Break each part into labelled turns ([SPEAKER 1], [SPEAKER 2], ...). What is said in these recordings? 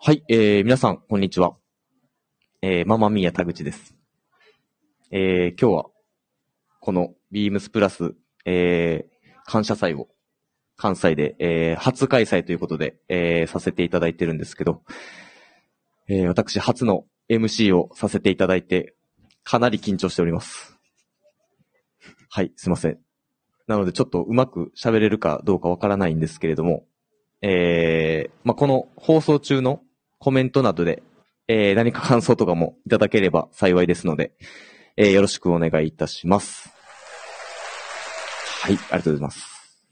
[SPEAKER 1] はい、えー、皆さん、こんにちは。えー、ママミーヤ田口です。えー、今日は、このビームスプラス、えー、感謝祭を、関西で、えー、初開催ということで、えー、させていただいてるんですけど、えー、私、初の MC をさせていただいて、かなり緊張しております。はい、すいません。なので、ちょっとうまく喋れるかどうかわからないんですけれども、えー、まあ、この放送中のコメントなどで、えー何か感想とかもいただければ幸いですので、えーよろしくお願いいたします。はい、ありがとうございます。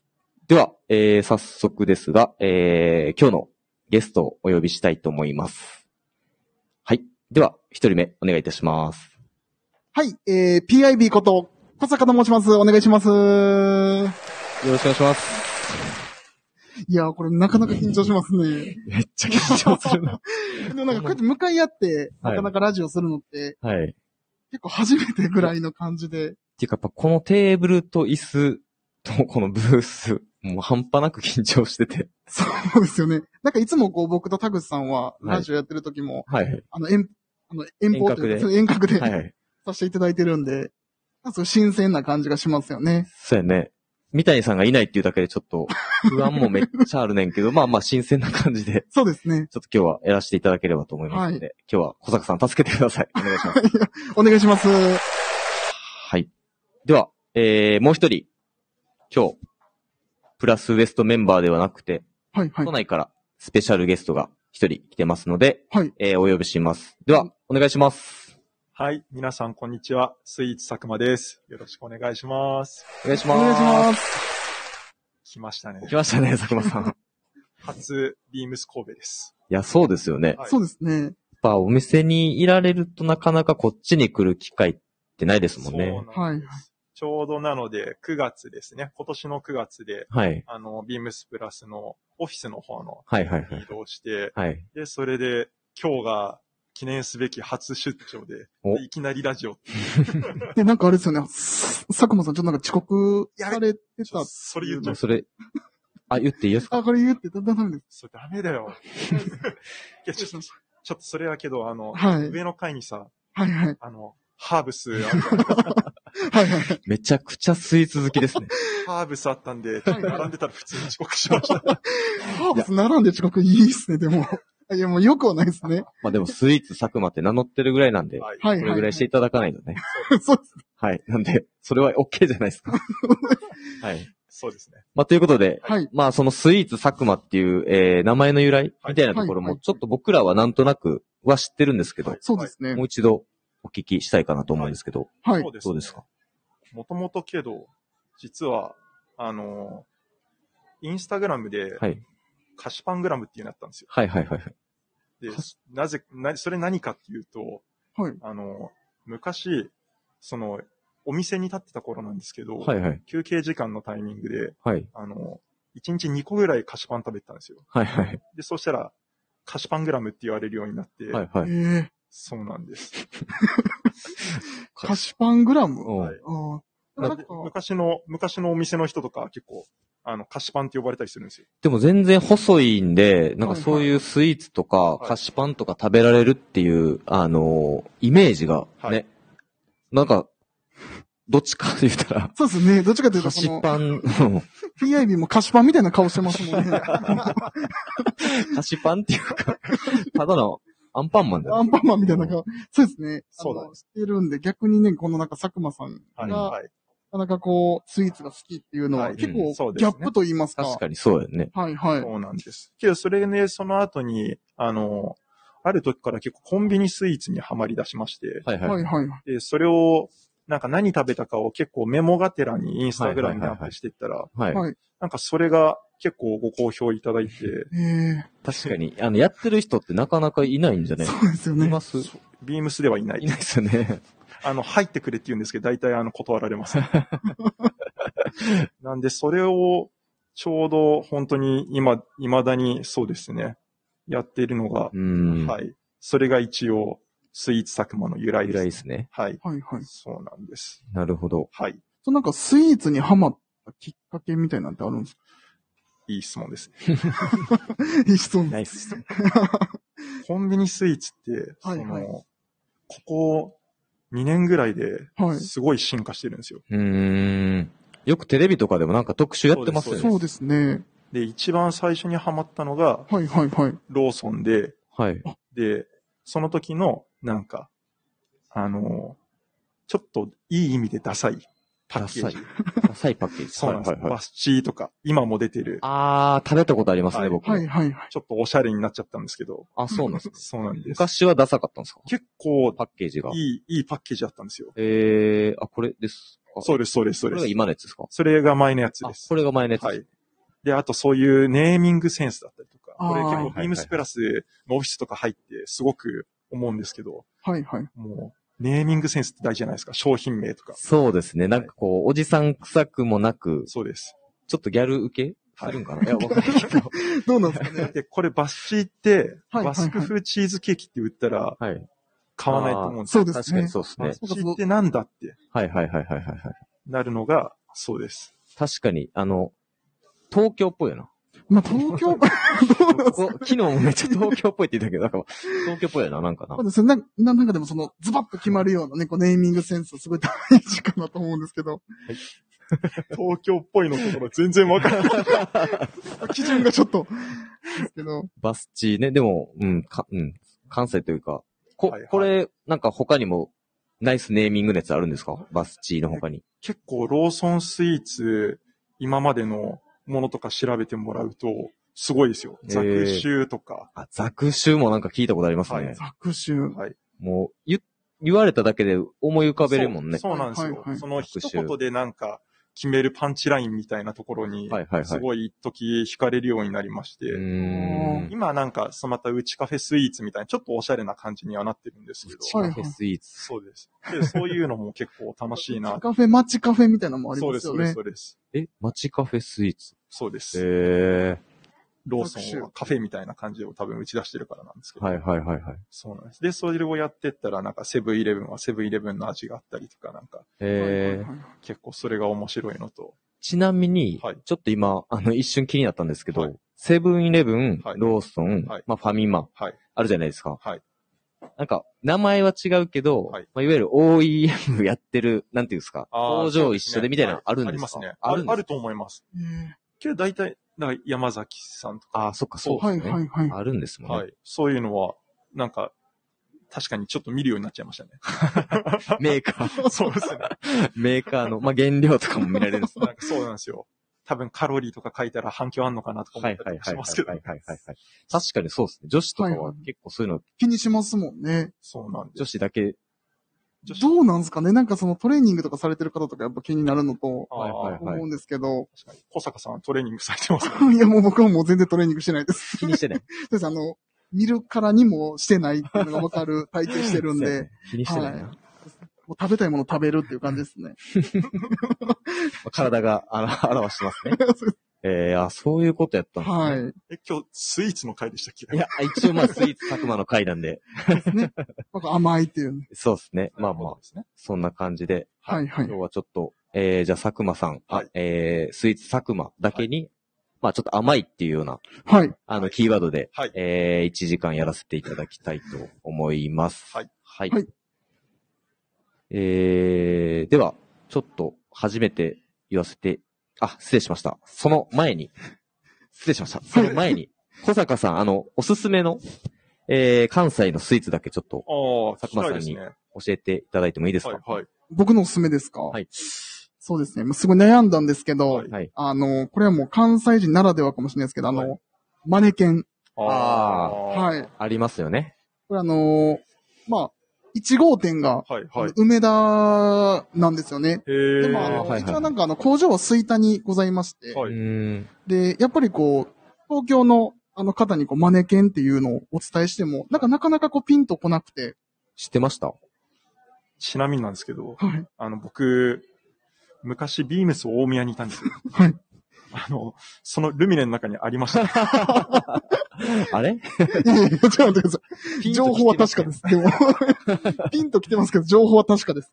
[SPEAKER 1] では、えー早速ですが、えー今日のゲストをお呼びしたいと思います。はい。では、一人目、お願いいたします。
[SPEAKER 2] はい、えー、PIB こと、小坂と申します。お願いします。
[SPEAKER 1] よろしくお願いします。
[SPEAKER 2] いやー、これなかなか緊張しますね。
[SPEAKER 1] めっちゃ緊張するな。
[SPEAKER 2] でもなんかこうやって向かい合って、
[SPEAKER 1] はい
[SPEAKER 2] なかなかラジオするのって、
[SPEAKER 1] はい。
[SPEAKER 2] 結構初めてぐらいの感じ
[SPEAKER 1] っ
[SPEAKER 2] で。
[SPEAKER 1] ていうか、やっぱこのテーブルと椅子とこのブース、もう半端なく緊張してて。
[SPEAKER 2] そうですよね。なんかいつもこう僕と田口さんは、ラジオやってる時も、
[SPEAKER 1] はい。
[SPEAKER 2] あの、遠、あの、遠方というか、そう遠隔で
[SPEAKER 1] はい、はい。
[SPEAKER 2] させていただいてるんで、なんかすごい新鮮な感じがしますよね。
[SPEAKER 1] そうやね。三谷さんがいないっていうだけでちょっと不安もめっちゃあるねんけど、まあまあ新鮮な感じで、
[SPEAKER 2] そうですね。
[SPEAKER 1] ちょっと今日はやらせていただければと思いますので、今日は小坂さん助けてください。お願いします。
[SPEAKER 2] お願いします。
[SPEAKER 1] はい。では、えー、もう一人、今日、プラスウエストメンバーではなくて、
[SPEAKER 2] はい、はい
[SPEAKER 1] 都。内からスペシャルゲストが一人来てますので、
[SPEAKER 2] はい
[SPEAKER 1] えー、お呼びします。では、お願いします。
[SPEAKER 3] はい。皆さん、こんにちは。スイーツ佐久間です。よろしくお願いします。
[SPEAKER 1] お願いし
[SPEAKER 2] お
[SPEAKER 1] ます。
[SPEAKER 2] 願いします。
[SPEAKER 3] 来ましたね。
[SPEAKER 1] 来ましたね、佐久間さん。
[SPEAKER 3] 初、ビームス神戸です。
[SPEAKER 1] いや、そうですよね。
[SPEAKER 3] はい
[SPEAKER 2] そうですね。
[SPEAKER 1] やっぱお店にいられるとなかなかこっちに来る機会ってないですもん
[SPEAKER 3] そうな
[SPEAKER 1] ね。
[SPEAKER 3] です
[SPEAKER 2] はいはい
[SPEAKER 3] ちょうどなので、9月ですね。今年の9月で、
[SPEAKER 1] はい。
[SPEAKER 3] あの、ビームスプラスのオフィスの方の
[SPEAKER 1] はいはいは
[SPEAKER 3] に移
[SPEAKER 1] い。
[SPEAKER 3] 動して、
[SPEAKER 1] はい。
[SPEAKER 3] で、それで、今日が記念すべき初出張で、
[SPEAKER 1] お
[SPEAKER 3] でいきなりラジオ。
[SPEAKER 2] で、なんかあれですよね、す佐久間さんちょっとなんか遅刻されて
[SPEAKER 3] ち
[SPEAKER 2] た
[SPEAKER 3] ょ。それ言っち
[SPEAKER 1] もう
[SPEAKER 3] ゃう。
[SPEAKER 1] それ、あ、言っていいですか
[SPEAKER 2] あ、これ言ってたダメです。
[SPEAKER 3] それダメだ よ。いや、ちょっと、ちょっとそれはけど、あの、
[SPEAKER 2] はい。
[SPEAKER 3] 上の階にさ、
[SPEAKER 2] はいはい。
[SPEAKER 3] あの、ハー ブスあるじゃん、
[SPEAKER 2] はいはい。
[SPEAKER 1] めちゃくちゃスイーツ好きですね。
[SPEAKER 3] ハーブスあったんで、ちょっと並んでたら普通に遅刻しま した。
[SPEAKER 2] ハーブス並んで遅刻いいっすね、でも。いや、もう良くはないですね。
[SPEAKER 1] まあでもスイーツ佐久間って名乗ってるぐらいなんで、こ
[SPEAKER 3] はい。
[SPEAKER 2] はい
[SPEAKER 1] れぐらいしていただかないとね。
[SPEAKER 2] そうです。
[SPEAKER 1] はい。なんで、それは OK じゃないですか。はい。
[SPEAKER 3] そうですね。
[SPEAKER 1] まあということで、
[SPEAKER 2] はい。
[SPEAKER 1] まあそのスイーツ佐久間っていう、えー、名前の由来みたいなところ
[SPEAKER 2] はい
[SPEAKER 1] も、
[SPEAKER 2] はい
[SPEAKER 1] ちょっと僕らはなんとなくは知ってるんですけど、
[SPEAKER 2] そうですね
[SPEAKER 1] もう。一度お聞きしたいかなと思うんですけど、
[SPEAKER 2] はい
[SPEAKER 3] そ。うです、
[SPEAKER 1] どうですか
[SPEAKER 3] もともとけど、実は、あの、インスタグラムで、
[SPEAKER 1] はい。
[SPEAKER 3] 菓子パングラムっていうのやったんですよ。
[SPEAKER 1] はいはいはいはい。
[SPEAKER 3] で、なぜ、な、それ何かっていうと、
[SPEAKER 2] はい。
[SPEAKER 3] あの、昔、その、お店に立ってた頃なんですけど、
[SPEAKER 1] はいはい。
[SPEAKER 3] 休憩時間のタイミングで、
[SPEAKER 1] はい。
[SPEAKER 3] あの、1日2個ぐらい菓子パン食べてたんですよ。
[SPEAKER 1] はいはい。
[SPEAKER 3] で、そしたら、菓子パングラムって言われるようになって、
[SPEAKER 1] はいはい。
[SPEAKER 2] えー、
[SPEAKER 3] そうなんです。
[SPEAKER 2] 菓子パングラム
[SPEAKER 1] うん
[SPEAKER 3] はい
[SPEAKER 2] あーな
[SPEAKER 3] なん
[SPEAKER 2] か
[SPEAKER 3] んで、昔の、昔のお店の人とか結構、あの、菓子パンって呼ばれたりするんですよ。
[SPEAKER 1] でも全然細いんで、なんかそういうスイーツとか
[SPEAKER 3] いはい
[SPEAKER 1] 菓子パンとか食べられるっていう、あのーイメージがね、
[SPEAKER 3] はい
[SPEAKER 1] なんか、どっちかって言ったら、
[SPEAKER 2] そうですね。どっちかというと、
[SPEAKER 1] 菓
[SPEAKER 2] そ
[SPEAKER 1] 子
[SPEAKER 2] の、
[SPEAKER 1] パン、うん
[SPEAKER 2] PIB も菓子パンみたいな顔してますもんね。
[SPEAKER 1] 菓子パンっていうか、ただのアンパンマンだ
[SPEAKER 2] ア
[SPEAKER 1] よね
[SPEAKER 2] ンパンマンみたいな顔。そうですね。
[SPEAKER 3] そうなん
[SPEAKER 2] あのしてるんで、逆にね、このなんか佐久間さん
[SPEAKER 3] はい。
[SPEAKER 2] が、
[SPEAKER 3] はい。
[SPEAKER 2] なかなかこう、スイーツが好きっていうのは、
[SPEAKER 3] はい
[SPEAKER 2] 結
[SPEAKER 1] う
[SPEAKER 2] 構
[SPEAKER 3] んそう、で
[SPEAKER 2] ギ
[SPEAKER 3] す
[SPEAKER 2] ャ
[SPEAKER 3] ね
[SPEAKER 2] ップと言いますか。
[SPEAKER 1] 確かにそうやね。
[SPEAKER 2] はいはい。
[SPEAKER 3] そうなんです。けど、それね、その後に、あの、ある時から結構コンビニスイーツにはまり出しまして、
[SPEAKER 1] はい
[SPEAKER 2] は
[SPEAKER 1] はいい。
[SPEAKER 2] はい。
[SPEAKER 3] で、それを、なんか何食べたかを結構メモがてらにインスタグラムに
[SPEAKER 1] はい
[SPEAKER 3] ア
[SPEAKER 1] はいはいは
[SPEAKER 3] ッ
[SPEAKER 1] い
[SPEAKER 3] プしていったら、
[SPEAKER 1] はい。
[SPEAKER 2] はい
[SPEAKER 3] なんかそれが結構ご好評いただいて、
[SPEAKER 2] ええ
[SPEAKER 1] 確かに、あの、やってる人ってなかなかいないんじゃね
[SPEAKER 2] そうですよ
[SPEAKER 1] い
[SPEAKER 2] ね。
[SPEAKER 1] ます
[SPEAKER 3] ビームスではいない
[SPEAKER 1] い。ないですよね。
[SPEAKER 3] あの、入ってくれって言うんですけど、大体あの、断られます。 なんで、それを、ちょうど本当に今、未だにそうですね、やっているのが、
[SPEAKER 1] うん。
[SPEAKER 3] はい。それが一応、スイーツ佐久間の由来
[SPEAKER 1] 由
[SPEAKER 3] です。
[SPEAKER 1] 来ですね。
[SPEAKER 3] はい。
[SPEAKER 2] はいはい。
[SPEAKER 3] そうなんです。
[SPEAKER 1] なるほど。
[SPEAKER 3] はい。
[SPEAKER 2] そうなんかスイーツにハマったきっかけみたいなんてあるんですか
[SPEAKER 3] いい質問ですね。
[SPEAKER 2] いい質問。
[SPEAKER 1] ナイス。
[SPEAKER 3] コンビニスイーツって、
[SPEAKER 2] はい
[SPEAKER 3] そ
[SPEAKER 2] はい
[SPEAKER 3] の、ここ2年ぐらいで
[SPEAKER 2] はい、
[SPEAKER 3] すごい進化してるんですよ。
[SPEAKER 1] うーん。よくテレビとかでもなんか特集やってますよ
[SPEAKER 3] そ
[SPEAKER 1] ね。
[SPEAKER 2] そうですね。
[SPEAKER 3] で、一番最初にハマったのが
[SPEAKER 2] はいはいはい。
[SPEAKER 3] ローソンで、
[SPEAKER 1] はい。
[SPEAKER 3] で、その時の、なんか、あの、ちょっといい意味でダサいパッケージ。
[SPEAKER 1] ダサいパッケージ。
[SPEAKER 3] そうなんです、
[SPEAKER 1] はいはいは
[SPEAKER 3] バ
[SPEAKER 1] い。
[SPEAKER 3] スチーとか、今も出てる、
[SPEAKER 1] あー、食べたことあります
[SPEAKER 3] は
[SPEAKER 1] ね、
[SPEAKER 3] い
[SPEAKER 1] 僕。
[SPEAKER 2] はいはいはい。
[SPEAKER 3] ちょっとおしゃれになっちゃったんですけど、
[SPEAKER 1] あ、そうなんですね。
[SPEAKER 3] そうなんです。
[SPEAKER 1] 昔はダサかったんですか
[SPEAKER 3] 結構
[SPEAKER 1] パッケージが。
[SPEAKER 3] いい、いいパッケージだったんですよ。
[SPEAKER 1] えー、あ、これですか
[SPEAKER 3] そうです、そうです、そ
[SPEAKER 1] こ
[SPEAKER 3] う
[SPEAKER 1] れ
[SPEAKER 3] で
[SPEAKER 1] が
[SPEAKER 3] す。
[SPEAKER 1] 今のやつですか
[SPEAKER 3] それが前のやつ
[SPEAKER 1] あ
[SPEAKER 3] で、す。
[SPEAKER 1] これが前のやつ。
[SPEAKER 3] はい。で、あとそういうネーミングセンスだったりとか、
[SPEAKER 2] あー
[SPEAKER 3] これ結
[SPEAKER 2] は
[SPEAKER 1] はい
[SPEAKER 2] い
[SPEAKER 3] 構
[SPEAKER 1] はい
[SPEAKER 3] ビームスプラスのオフィスとか入ってすごく思うんですけど、
[SPEAKER 2] はいはい。
[SPEAKER 3] もうネーミングセンスって大事じゃないですか、商品名とか。
[SPEAKER 1] そうですね。なんかこう、おじさん臭くもなく、
[SPEAKER 3] そうです。
[SPEAKER 1] ちょっとギャル受けす
[SPEAKER 3] はい
[SPEAKER 1] るんかな、い、や、わかんないけ ど。
[SPEAKER 2] どうなんですかね。
[SPEAKER 3] で、これバスチーって、
[SPEAKER 2] はいはいはい
[SPEAKER 3] バスク風チーズケーキって売ったら
[SPEAKER 1] はい。
[SPEAKER 3] 買わないと思うんです
[SPEAKER 2] そうです
[SPEAKER 1] 確か
[SPEAKER 2] ね
[SPEAKER 1] に。そうです
[SPEAKER 3] バ
[SPEAKER 1] ね
[SPEAKER 3] ス。チーってなんだって
[SPEAKER 1] はいはいはいはいはいはい。
[SPEAKER 3] なるのが、そうです。
[SPEAKER 1] 確かに、あの、東京っぽいよな。
[SPEAKER 2] まあ東京、どうなんですか
[SPEAKER 1] こ昨日もめっちゃ東京っぽいって言ったけど、なんか、東京っぽいよな、なんかな
[SPEAKER 2] そう。ですね。な、なんかでもその、ズバッと決まるようなね、こうネーミングセンスすごい大事かなと思うんですけど、
[SPEAKER 3] 東京っぽいのところ全然わからない。
[SPEAKER 2] 基準がちょっと、ですけど、
[SPEAKER 1] バスチーね、でも、うん、か、うん、関西というか、こ、
[SPEAKER 3] はいはい
[SPEAKER 1] これ、なんか他にも、ナイスネーミングのやつあるんですかバスチーの他に。
[SPEAKER 3] 結構ローソンスイーツ、今までのものとか調べてもらうと、すごいですよ。
[SPEAKER 1] えー
[SPEAKER 3] ザクシューとか。
[SPEAKER 1] あ、ザクシュもなんか聞いたことありますね。
[SPEAKER 3] はい
[SPEAKER 2] 搾取。
[SPEAKER 3] はい。
[SPEAKER 1] もう、言、言われただけで思い浮かべるもんね。
[SPEAKER 3] そうそうなんですよ。
[SPEAKER 2] はいはいはい
[SPEAKER 3] その一
[SPEAKER 1] 学習
[SPEAKER 3] 言でなんか決めるパンチラインみたいなところに、
[SPEAKER 1] はいはいはい
[SPEAKER 3] すごい一時惹かれるようになりまして、
[SPEAKER 1] うーん。
[SPEAKER 3] 今なんか、そのまたうちカフェスイーツみたいな、ちょっとおしゃれな感じにはなってるんですけど、
[SPEAKER 2] は
[SPEAKER 1] カ
[SPEAKER 2] い
[SPEAKER 1] フェスイーツ。
[SPEAKER 3] そうです。でそういうのも結構楽し いな。
[SPEAKER 2] カフェ、街カフェみたいなのもあり
[SPEAKER 3] そう
[SPEAKER 2] ま
[SPEAKER 3] ですす、
[SPEAKER 2] よ
[SPEAKER 3] そうです、
[SPEAKER 2] ね。
[SPEAKER 3] そうです。
[SPEAKER 1] え、街カフェスイーツ。
[SPEAKER 3] そうです。
[SPEAKER 1] へえ。
[SPEAKER 3] ローソンはカフェみたいな感じを多分打ち出してるからなんですけど、
[SPEAKER 1] はいはいはいはい。
[SPEAKER 3] そうなんです。で、それをやってったら、なんかセブンイレブンはセブンイレブンの味があったりとか、なんか
[SPEAKER 1] え
[SPEAKER 2] はいはいはい
[SPEAKER 3] 結構それが面白いのと、
[SPEAKER 1] ちなみに、
[SPEAKER 3] はい
[SPEAKER 1] ちょっと今、あの、一瞬気になったんですけど、
[SPEAKER 3] はい
[SPEAKER 1] セブンイレブン
[SPEAKER 3] は、い
[SPEAKER 1] ローソン、
[SPEAKER 3] はい
[SPEAKER 1] まあ、ファミマ、
[SPEAKER 3] はい
[SPEAKER 1] あるじゃないですか。
[SPEAKER 3] はい
[SPEAKER 1] なんか、名前は違うけど、
[SPEAKER 3] はい
[SPEAKER 1] まあ、いわゆる OEM やってる、なんていうんですか、
[SPEAKER 3] あー
[SPEAKER 1] 工場一緒でみたいなのあるん
[SPEAKER 3] あ
[SPEAKER 1] で
[SPEAKER 3] り
[SPEAKER 1] す
[SPEAKER 3] ま
[SPEAKER 1] か
[SPEAKER 3] すね。
[SPEAKER 1] ある
[SPEAKER 3] ある
[SPEAKER 1] んです
[SPEAKER 3] あると思います。
[SPEAKER 2] え
[SPEAKER 3] けど大体、なんか山崎さんと
[SPEAKER 1] あ
[SPEAKER 3] か、
[SPEAKER 1] あ、そっか、そう
[SPEAKER 2] ーは
[SPEAKER 1] で
[SPEAKER 2] い
[SPEAKER 1] すね。
[SPEAKER 2] はいはい。
[SPEAKER 1] あるんですもんね。
[SPEAKER 3] はい。そういうのは、なんか、確かにちょっと見るようになっちゃいましたね。
[SPEAKER 1] メーカー、
[SPEAKER 3] そうですね。
[SPEAKER 1] メーカーの、まあ、原料とかも見られるん です
[SPEAKER 3] なんかそうなんで すよ。多分カロリーとか書いたら反響あんのかなとか思
[SPEAKER 1] は
[SPEAKER 3] っ
[SPEAKER 1] い
[SPEAKER 3] た
[SPEAKER 1] は
[SPEAKER 3] り
[SPEAKER 1] い
[SPEAKER 3] とか
[SPEAKER 1] はいはい
[SPEAKER 3] しますけど
[SPEAKER 1] は。いはいはい。確かにそうですね。女子とか
[SPEAKER 2] はい
[SPEAKER 1] は
[SPEAKER 2] はい
[SPEAKER 1] 結構そういうの、
[SPEAKER 2] 気にしますもんね。
[SPEAKER 3] そうなんです。
[SPEAKER 1] 女子だけ、
[SPEAKER 3] 女子
[SPEAKER 2] どうなんですかねなんかそのトレーニングとかされてる方とかやっぱ気になるのと
[SPEAKER 3] あ
[SPEAKER 1] はいはい
[SPEAKER 3] あ
[SPEAKER 1] はい
[SPEAKER 2] 思うんですけど、
[SPEAKER 3] 確かに。小坂さんはトレーニングされてますね。
[SPEAKER 2] いやもう僕はもう全然トレーニングしてないです。
[SPEAKER 1] 気にし てない。
[SPEAKER 2] そうです、あの、見るからにもしてないっていうのがわかる体験してる ん
[SPEAKER 1] そうや
[SPEAKER 2] で
[SPEAKER 1] ね、気にしてないな。
[SPEAKER 2] はいもう食べたいもの食べるっていう感じですね。
[SPEAKER 1] 体があら表してますね。 えー、あ、そういうことやったんですね。。
[SPEAKER 2] はいい。
[SPEAKER 3] え、今日スイーツの回でしたっけ
[SPEAKER 1] いや、一応まあ、スイーツ佐久間の回なんで、
[SPEAKER 2] なんか甘いっていうね。
[SPEAKER 1] そうですね。まあ
[SPEAKER 3] そう
[SPEAKER 1] ま
[SPEAKER 3] いう
[SPEAKER 1] あ
[SPEAKER 3] こ、とですね。
[SPEAKER 1] そんな感じで、
[SPEAKER 2] はいはい
[SPEAKER 1] 今日。はちょっと、えー、じゃあ佐久間さん、あ、
[SPEAKER 3] はい
[SPEAKER 1] えー、スイーツ佐久間だけに、まあちょっと甘いっていうような、
[SPEAKER 2] はい。
[SPEAKER 1] あの、キーワードで、
[SPEAKER 3] はい。
[SPEAKER 1] えー、1時間やらせていただきたいと思います。
[SPEAKER 3] はい。
[SPEAKER 1] はい。
[SPEAKER 2] はい
[SPEAKER 1] えー、では、ちょっと、初めて言わせて、あ、失礼しました。その前に、失礼しました。その前に、小坂さん、あの、おすすめの、えー、関西のスイーツだけちょっと
[SPEAKER 3] ああ、
[SPEAKER 1] 佐久間さんに
[SPEAKER 3] 聞きたいですね
[SPEAKER 1] 教えていただいてもいいですか
[SPEAKER 3] はい、はい。
[SPEAKER 2] 僕のおすすめですか
[SPEAKER 1] はい。
[SPEAKER 2] そうですね。まあすごい悩んだんですけど、
[SPEAKER 3] はい
[SPEAKER 1] はい。
[SPEAKER 2] あの、これはもう関西人ならではかもしれないですけど、あの、
[SPEAKER 3] は
[SPEAKER 2] マネケン。
[SPEAKER 1] あー
[SPEAKER 3] ー
[SPEAKER 2] はい。。
[SPEAKER 1] ありますよね。
[SPEAKER 2] これあの、まあ、1号店が、
[SPEAKER 3] はい、はい。
[SPEAKER 2] 梅田なんですよね。
[SPEAKER 3] へ
[SPEAKER 2] で
[SPEAKER 3] ー
[SPEAKER 2] もあの、
[SPEAKER 1] はいはい
[SPEAKER 2] 実はなんかあの、工場は吹田にございまして、
[SPEAKER 3] はいう
[SPEAKER 1] ーん。
[SPEAKER 2] で、やっぱりこう、東京のあの方にこう、マネケンっていうのをお伝えしても、なんかなかなかこう、ピンとこなくて、
[SPEAKER 1] 知ってました
[SPEAKER 3] ちなみになんですけど、
[SPEAKER 2] はい。
[SPEAKER 3] あの、僕、昔、ビームス大宮にいたんですよ。
[SPEAKER 2] はい。
[SPEAKER 3] あの、そのルミネの中にありました。
[SPEAKER 1] あれ。
[SPEAKER 2] いやいやいや、ちょっと待ってください。情報は確かですす。でも、 ピンと来てますけど、情報は確かです。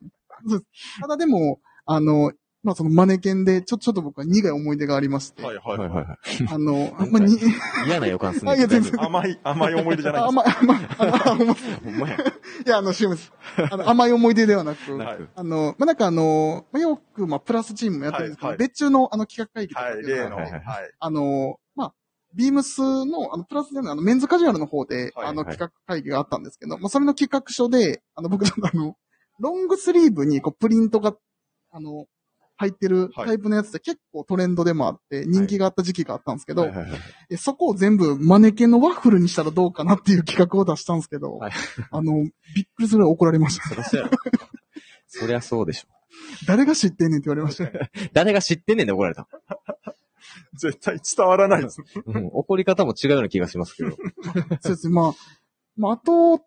[SPEAKER 2] そうですただでも、あの、まあそのマネケンで、ちょ、ちょっと僕は苦い思い出がありま して、
[SPEAKER 3] はい
[SPEAKER 1] はい
[SPEAKER 3] は
[SPEAKER 1] はいは
[SPEAKER 2] あの、あんまに、
[SPEAKER 1] い。嫌な予感する。
[SPEAKER 2] あいや全然
[SPEAKER 3] い。甘い、甘い思い出じゃない
[SPEAKER 2] あ
[SPEAKER 3] で
[SPEAKER 2] あ
[SPEAKER 3] す
[SPEAKER 2] んま、あんま、あのあんま
[SPEAKER 1] ほんまや。
[SPEAKER 2] いや、あの、CM です。あの、甘い思い出ではなく、
[SPEAKER 1] なく。
[SPEAKER 2] あの、まあ、なんかあの、まあ、よく、まあ、プラスチームもやってるんですけど、
[SPEAKER 3] はいはい
[SPEAKER 2] 別注のあの企画会議と
[SPEAKER 3] は
[SPEAKER 2] かっ
[SPEAKER 3] い、
[SPEAKER 2] ていうの
[SPEAKER 3] 例
[SPEAKER 2] は
[SPEAKER 3] の。
[SPEAKER 1] は
[SPEAKER 3] はい
[SPEAKER 1] はい
[SPEAKER 2] あの、まあ、ビームスの、あの、プラスでの、あの、メンズカジュアルの方で、
[SPEAKER 3] はい
[SPEAKER 2] あの、
[SPEAKER 1] はい
[SPEAKER 2] 企画会議があったんですけど、まあ、それの企画書で、あの、僕、ちょっとあの、ロングスリーブに、こう、プリントが、あの、入ってる
[SPEAKER 3] はい
[SPEAKER 2] タイプのやつって結構トレンドでもあって、人気があった時期があったんですけど、
[SPEAKER 1] はいはいはい
[SPEAKER 2] えそこを全部マネケンのワッフルにしたらどうかなっていう企画を出したんですけど、
[SPEAKER 1] はい
[SPEAKER 2] あの、びっくりするぐらい怒られました。
[SPEAKER 1] そりゃそうやろ。そりゃそうでしょ。
[SPEAKER 2] 誰が知ってんねんって言われました。
[SPEAKER 1] 誰が知ってんねんで怒られた。
[SPEAKER 3] 絶対伝わら ないです。
[SPEAKER 1] うん怒り方も違うような気がします けど。
[SPEAKER 2] そうですね。まあ、まあ、あと、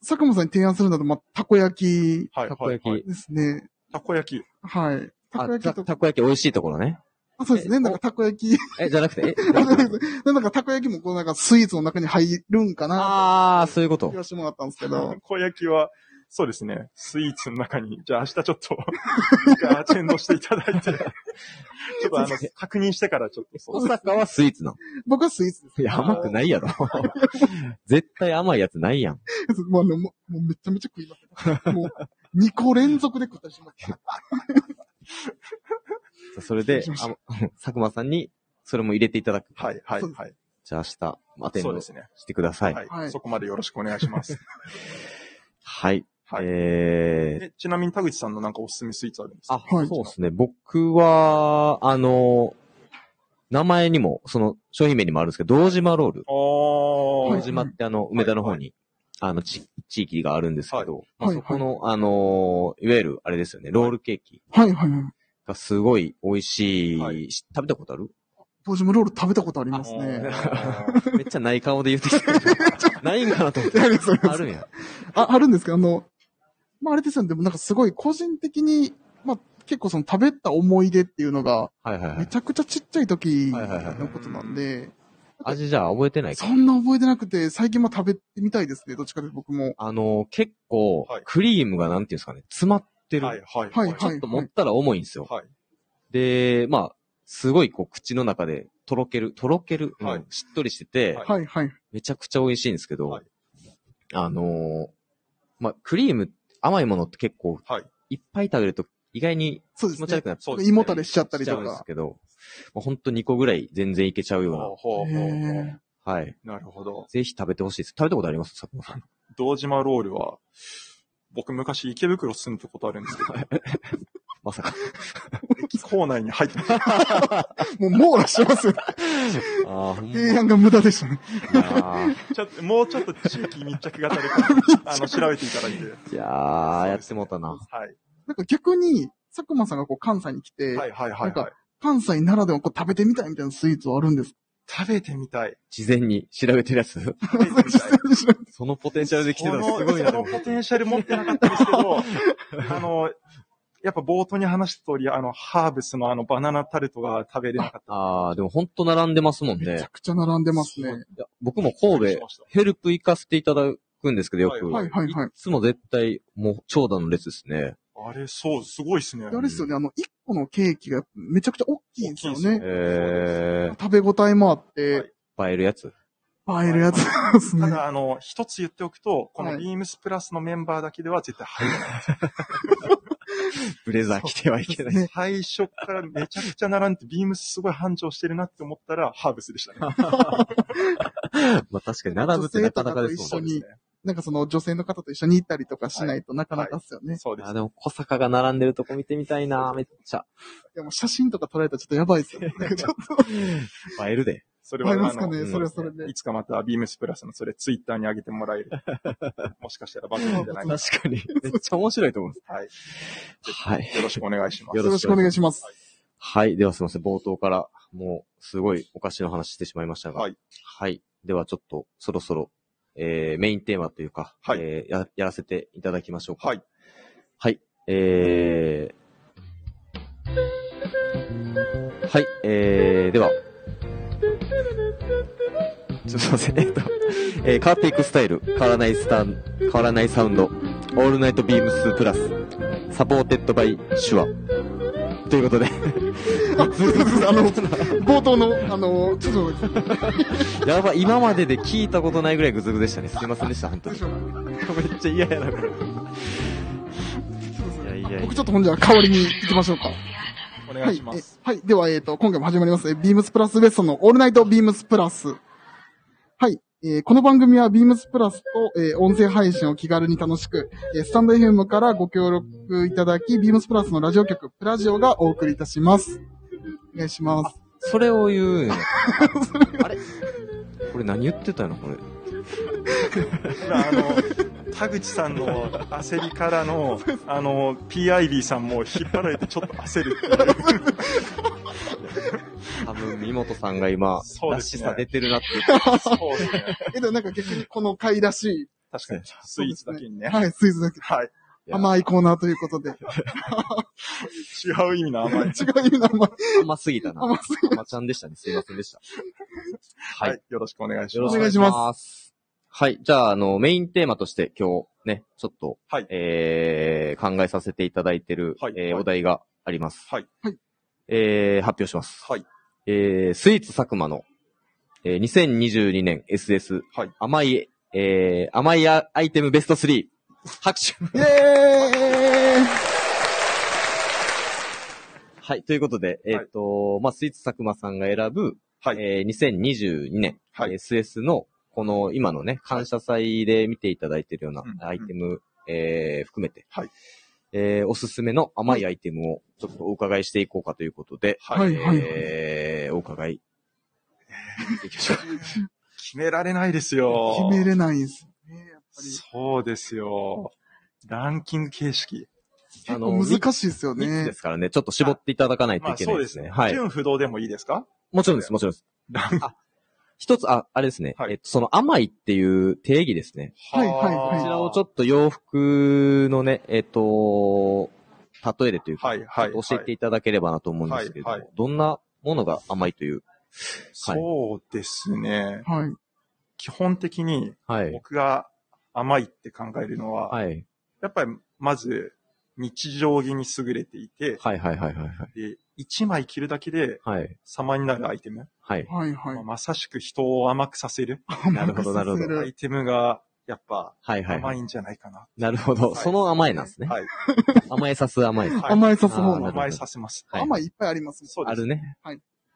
[SPEAKER 2] 佐久間さんに提案するんだと、まあ、たこ焼き
[SPEAKER 3] はい
[SPEAKER 1] たこ
[SPEAKER 3] はい
[SPEAKER 1] 焼
[SPEAKER 3] はい。
[SPEAKER 1] き。
[SPEAKER 2] ですね。
[SPEAKER 3] たこ焼き。
[SPEAKER 2] はい。た
[SPEAKER 1] あ
[SPEAKER 2] こ焼
[SPEAKER 1] た
[SPEAKER 2] きと
[SPEAKER 1] たこ焼き美味しいところね。
[SPEAKER 2] あ、そうですね。
[SPEAKER 1] え
[SPEAKER 2] なんかたこ焼き、
[SPEAKER 1] え、じゃなくて、え
[SPEAKER 2] なんかたこ焼きもこうなんかスイーツの中に入るんかな
[SPEAKER 1] ああ、そういうこと
[SPEAKER 2] と。言わせてもらったんですけど
[SPEAKER 3] た、こ焼きは、そうですね。スイーツの中に、じゃあ明日ちょっと、 アチェンドしていただいて、ちょっとあの、確認してからちょっと、そう
[SPEAKER 1] 大阪はスイーツなの。
[SPEAKER 2] 僕はスイーツで
[SPEAKER 1] いや、甘くないやろ。 絶対甘いやつないやん。
[SPEAKER 2] す。もうあの、もうもうめちゃめちゃ食います。もう、2個連続で食ったりします。
[SPEAKER 1] それで
[SPEAKER 2] 失礼、し
[SPEAKER 1] あ佐久間さんに、それも入れていただく。
[SPEAKER 3] はいはい
[SPEAKER 2] そうで
[SPEAKER 3] はい。
[SPEAKER 1] じゃあ明日、アテン
[SPEAKER 3] そう
[SPEAKER 1] ド
[SPEAKER 3] で
[SPEAKER 1] し
[SPEAKER 3] すね。
[SPEAKER 1] てください。はい。
[SPEAKER 3] は
[SPEAKER 2] はい
[SPEAKER 3] い。そこまでよろしくお願いします。はい。
[SPEAKER 1] えー、
[SPEAKER 3] えちなみに田口さんのなんかおすすめスイーツあるんですか
[SPEAKER 1] あ、
[SPEAKER 2] はい
[SPEAKER 1] そうですね。僕は、あの、名前にも、その、商品名にもあるんですけど、堂島ロール。
[SPEAKER 3] お
[SPEAKER 1] 堂
[SPEAKER 2] はい
[SPEAKER 1] 島ってあの、梅田の方に、あの、ち地域があるんですけど、まあ
[SPEAKER 2] はい
[SPEAKER 1] そこの、あの、いわゆる、あれですよね、ロールケーキ
[SPEAKER 2] はいはいはい。
[SPEAKER 1] がすごい美味し。
[SPEAKER 3] はい
[SPEAKER 1] し食べたことある
[SPEAKER 2] 当時もロール食べたことありますね。
[SPEAKER 1] めっちゃない顔で言ってき てる。ないんかなと思っ
[SPEAKER 2] い
[SPEAKER 1] て。
[SPEAKER 2] やいやそうです
[SPEAKER 1] あるんや。
[SPEAKER 2] あ、あるんですけど、あの、まあ、あれですよね。でもなんかすごい個人的に、まあ、結構その食べた思い出っていうのが、
[SPEAKER 1] はいはいは
[SPEAKER 2] め
[SPEAKER 1] い
[SPEAKER 2] ち。ゃくちゃちっちゃい時のことなんで、
[SPEAKER 1] 味じゃあ覚えてないか
[SPEAKER 2] そ。んな覚えてなくて、最近も食べてみたいですね。どっちかで僕も。
[SPEAKER 1] あの、結構
[SPEAKER 3] はい、
[SPEAKER 1] クリームがなんていうんですかね、詰まってる。
[SPEAKER 3] はいはい
[SPEAKER 2] はい
[SPEAKER 1] ちょっと持ったら重いんですよ。
[SPEAKER 3] はい。
[SPEAKER 1] で、まあ、すごいこう口の中でとろける、とろける、うん
[SPEAKER 3] はい
[SPEAKER 1] しっとりしてて、
[SPEAKER 3] はい
[SPEAKER 2] はいはい。
[SPEAKER 1] めちゃくちゃ美味しいんですけど、
[SPEAKER 3] はい
[SPEAKER 1] あのーまあ、クリーム、甘いものって結構、、
[SPEAKER 3] はい
[SPEAKER 1] っぱい食べると意外に
[SPEAKER 2] そうで
[SPEAKER 1] 気
[SPEAKER 2] す
[SPEAKER 1] 持ち悪
[SPEAKER 2] ね。
[SPEAKER 1] くなっちゃ
[SPEAKER 3] そうう
[SPEAKER 2] なんか
[SPEAKER 3] です
[SPEAKER 2] 胃
[SPEAKER 3] ね。
[SPEAKER 2] もたれしちゃったりと
[SPEAKER 1] んです
[SPEAKER 2] か。
[SPEAKER 1] けど、まあ、ほんと2個ぐらい全然いけちゃうよう
[SPEAKER 3] ほうほうほう
[SPEAKER 2] へー
[SPEAKER 1] な、はい。
[SPEAKER 3] なるほど。
[SPEAKER 1] ぜひ食べてほしいです。食べたことあります佐久間さん。
[SPEAKER 3] 堂島ロールは、僕昔池袋住んだことあるんですけど、
[SPEAKER 1] まさか。
[SPEAKER 3] 駅構内に入ってた。
[SPEAKER 2] もう網羅してますよ。
[SPEAKER 1] あーほんま
[SPEAKER 2] 提案が無駄でしたね。
[SPEAKER 1] やー
[SPEAKER 3] ちょっと、もうちょっと地域密着型で、あの、調べていただいて。
[SPEAKER 1] いやー、やってもうたな。
[SPEAKER 3] はい。
[SPEAKER 2] なんか逆に、佐久間さんがこう関西に来て、
[SPEAKER 3] はいはいは
[SPEAKER 2] ないんか
[SPEAKER 3] はい。
[SPEAKER 2] 関西ならではこう食べてみたいみたいなスイーツはあるんですか
[SPEAKER 3] 食べてみたい。
[SPEAKER 1] 事前に調べてるや つ。
[SPEAKER 3] 食べてみたい。
[SPEAKER 1] そのポテンシャルで来てたのすごいな。
[SPEAKER 3] そのそのポテンシャル持ってなかったですけど、あの、やっぱ冒頭に話した通り、あの、ハーブスのあの、バナナタルトが食べれなかっ
[SPEAKER 1] あー、でもほんと並んでますもん
[SPEAKER 2] めち
[SPEAKER 1] ね
[SPEAKER 2] ゃ。くちゃ並んで
[SPEAKER 3] た。
[SPEAKER 2] ますね。
[SPEAKER 1] いや僕
[SPEAKER 3] そう。
[SPEAKER 1] も神
[SPEAKER 3] びっくりし
[SPEAKER 1] 戸、
[SPEAKER 3] ました
[SPEAKER 1] ヘルプ行かせていただくんですけど、よく。
[SPEAKER 2] はいはいはい
[SPEAKER 1] つも絶対、もう、長蛇の列ですね。
[SPEAKER 3] あれ、そう、すごいですね。
[SPEAKER 2] あれですよね、あの、一個のケーキがめちゃくちゃ大きいんですよ
[SPEAKER 3] 大きいん
[SPEAKER 2] ね
[SPEAKER 3] で。
[SPEAKER 1] え
[SPEAKER 2] 食べ応えもあって、
[SPEAKER 1] ー、映えるやつ。
[SPEAKER 2] 映えるやつです
[SPEAKER 3] た
[SPEAKER 2] ね。
[SPEAKER 3] だ、あの、一つ言っておくと、こ
[SPEAKER 2] は
[SPEAKER 3] の
[SPEAKER 2] い
[SPEAKER 3] ビームスプラスのメンバーだけでは絶対入らない。
[SPEAKER 1] ブレザー着てはいけない。
[SPEAKER 2] ね
[SPEAKER 3] 最初からめちゃくちゃ並んで、ビームスすごい繁盛してるなって思ったら、ハーブスでしたね。
[SPEAKER 1] まあ確かに、並ぶってなかなかです
[SPEAKER 2] 一緒
[SPEAKER 1] もんね。
[SPEAKER 2] に
[SPEAKER 3] そうです
[SPEAKER 2] なんかその女性の方と一緒に行ったりとかしないとなかなかっすよね
[SPEAKER 3] ね。。そうです
[SPEAKER 1] あ、。でも小坂が並んでるとこ見てみたいな、めっちゃ。
[SPEAKER 2] でも写真とか撮られたらちょっとやばいですよね。 ちょっ
[SPEAKER 1] 映えるで。
[SPEAKER 3] それ
[SPEAKER 2] と、あ
[SPEAKER 3] は、
[SPEAKER 2] りますかね、
[SPEAKER 1] うん
[SPEAKER 2] それはそれで。
[SPEAKER 3] いつかまた、ビームスプラスのそれ、ツイッターに上げてもらえる。もしかしたらバズるんじゃないかな。
[SPEAKER 1] 確かに。めっちゃ面白 いと思うんで
[SPEAKER 3] はい。
[SPEAKER 1] す。はい。
[SPEAKER 3] ぜひよろしくお願いします。
[SPEAKER 1] よ
[SPEAKER 2] よろしくお願いします。
[SPEAKER 1] はい。ではすみません。冒頭から、もう、すごいお菓子の話してしまいましたが。
[SPEAKER 3] はい。
[SPEAKER 1] はい。ではちょっと、そろそろ、えー、メインテーマというか、
[SPEAKER 3] はい
[SPEAKER 1] えーや、やらせていただきましょうか。
[SPEAKER 3] はい。
[SPEAKER 1] はい。えー、はい。えー、では、ちょっとすいません。えっと、えー、変わっていくスタイル、変わらないスタン、変わらないサウンド、オールナイトビームスプラス、サポーテッドバイシュア。ということ で。
[SPEAKER 2] あ、そうそうそうあの、冒頭の、あの、ちょっと、
[SPEAKER 1] やばい、今までで聞いたことないぐらいグズグズでしたね。すいませんでした、本当
[SPEAKER 2] どう
[SPEAKER 1] に
[SPEAKER 2] し。よう
[SPEAKER 1] めっちゃ嫌やな、これ。いやいやいや
[SPEAKER 2] 僕ちょっと本じゃあ香りに行きましょうか。
[SPEAKER 3] お願いします。
[SPEAKER 2] はい。えはい。では、えっ、と、今回も始まります。えビームスプラスウエストのオールナイトビームスプラス。はい。えーこの番組はビームスプラスと、えー音声配信を気軽に楽しく、えースタンド FM からご協力いただき、ビームスプラスのラジオ局、プラジオがお送りいたします。お願いします。
[SPEAKER 1] それを言うんや。あれこれ何言ってたのこれ。
[SPEAKER 3] まああの、田口さんの焦りからの、あの、PIB さんも引っ張られてちょっと焦るっていう。
[SPEAKER 1] 多分、三本さんが今、
[SPEAKER 3] そう
[SPEAKER 1] ら
[SPEAKER 3] で
[SPEAKER 1] し
[SPEAKER 3] すね
[SPEAKER 1] さ出てるなっていう。
[SPEAKER 3] そうですね。
[SPEAKER 2] え、でもなんか逆にこの回らし
[SPEAKER 3] 確かに、スイーツだけに
[SPEAKER 2] い、
[SPEAKER 3] ね。
[SPEAKER 2] はい、スイーツだけ、
[SPEAKER 3] はい。
[SPEAKER 1] いや
[SPEAKER 2] 甘いコーナーということで。
[SPEAKER 3] 違う意味の甘
[SPEAKER 2] 違う
[SPEAKER 3] い。
[SPEAKER 2] 意味の甘い、
[SPEAKER 1] 甘すぎたな。
[SPEAKER 2] 甘すぎ
[SPEAKER 1] 甘ちゃんでしたね。すいませんでした。は
[SPEAKER 3] はいい。。よろしくお願いし
[SPEAKER 1] よ
[SPEAKER 3] ま
[SPEAKER 1] ろ
[SPEAKER 3] す。
[SPEAKER 1] しくお願いします。はい。じゃあ、あの、メインテーマとして今日ね、ちょっと、
[SPEAKER 3] はい
[SPEAKER 1] えー、考えさせていただいてる、
[SPEAKER 3] はい
[SPEAKER 1] えー
[SPEAKER 3] はい
[SPEAKER 1] お題があります。
[SPEAKER 3] はい
[SPEAKER 2] はい
[SPEAKER 1] えー、発表します。
[SPEAKER 3] はい。
[SPEAKER 1] えー、スイーツ佐久間の、えー、2022年 SS、
[SPEAKER 3] はい
[SPEAKER 1] 甘い、えー、甘いアアイテムベスト3、拍手
[SPEAKER 2] イェーイ
[SPEAKER 1] はい。ということで、えっ、と、まあ、スイーツ佐久間さんが選ぶ、
[SPEAKER 3] はい
[SPEAKER 1] えー、2022年、
[SPEAKER 3] はい
[SPEAKER 1] えー SS の、この、今のね、感謝祭で見ていただいてるような
[SPEAKER 3] うん
[SPEAKER 1] アイテム、えー、含めて、
[SPEAKER 3] はい
[SPEAKER 1] えー、おすすめの甘いアイテムを、ちょっとお伺いしていこうかということで、
[SPEAKER 3] はい
[SPEAKER 2] はいはい
[SPEAKER 1] えー、お伺い、えー、いきましょう。
[SPEAKER 3] 決められないですよ。
[SPEAKER 2] 決めれないんですよね。やっぱり
[SPEAKER 3] そうですよ。ランキング形式。
[SPEAKER 1] あの
[SPEAKER 2] 結構難しいです
[SPEAKER 1] 3
[SPEAKER 2] よ
[SPEAKER 1] つ
[SPEAKER 2] ね
[SPEAKER 1] で。すからね、ちょっと絞っていただかないと
[SPEAKER 3] ま
[SPEAKER 1] い
[SPEAKER 3] あ
[SPEAKER 1] けない
[SPEAKER 3] そ
[SPEAKER 1] うで
[SPEAKER 3] ですす
[SPEAKER 1] ね。
[SPEAKER 3] ね。
[SPEAKER 1] はい。
[SPEAKER 3] 純不動でもいいですか
[SPEAKER 1] もちろんです、もちろんです。
[SPEAKER 3] ラン
[SPEAKER 1] 一つ、あ、あれですね、
[SPEAKER 3] はい
[SPEAKER 1] えっと、その甘いっていう定義ですね。
[SPEAKER 2] はいはいはい
[SPEAKER 1] こちらをち
[SPEAKER 3] ょ
[SPEAKER 1] ょ
[SPEAKER 3] っ
[SPEAKER 1] っと洋服のね、えっ、と、例えでというか、
[SPEAKER 3] はいはい
[SPEAKER 1] ちょっと教えていただければなと思うんですけれども、
[SPEAKER 3] はいは
[SPEAKER 1] どんなものが甘いという。
[SPEAKER 3] と、そうですね。
[SPEAKER 2] はい。
[SPEAKER 3] 基本的に
[SPEAKER 1] はい。
[SPEAKER 3] 僕が甘いって考えるのは、
[SPEAKER 1] はい。
[SPEAKER 3] やっぱりまず日常着に優れていて、
[SPEAKER 1] はいはいはいはい。
[SPEAKER 3] で1枚着るだけで
[SPEAKER 1] はい。
[SPEAKER 3] 様になるアイテム、
[SPEAKER 1] はい。
[SPEAKER 2] はい
[SPEAKER 3] まあ
[SPEAKER 2] は
[SPEAKER 3] まさしく人を甘くさせる
[SPEAKER 2] い。
[SPEAKER 1] なるほどなるほど
[SPEAKER 2] 甘くさせ
[SPEAKER 3] アイテムがやっぱ
[SPEAKER 1] はいはいは
[SPEAKER 3] 甘
[SPEAKER 1] い。
[SPEAKER 3] いんじゃないかな。
[SPEAKER 1] なるほど。
[SPEAKER 3] はい
[SPEAKER 1] その甘えなんですね。
[SPEAKER 3] はい。
[SPEAKER 1] 甘えさす甘えさす。
[SPEAKER 3] はい
[SPEAKER 2] 甘えさす
[SPEAKER 1] あーな
[SPEAKER 2] 方
[SPEAKER 1] るほど
[SPEAKER 3] 甘えさせます。
[SPEAKER 1] はい
[SPEAKER 2] 甘いいっぱいあります
[SPEAKER 3] そう
[SPEAKER 1] あ
[SPEAKER 3] です
[SPEAKER 1] る。ね。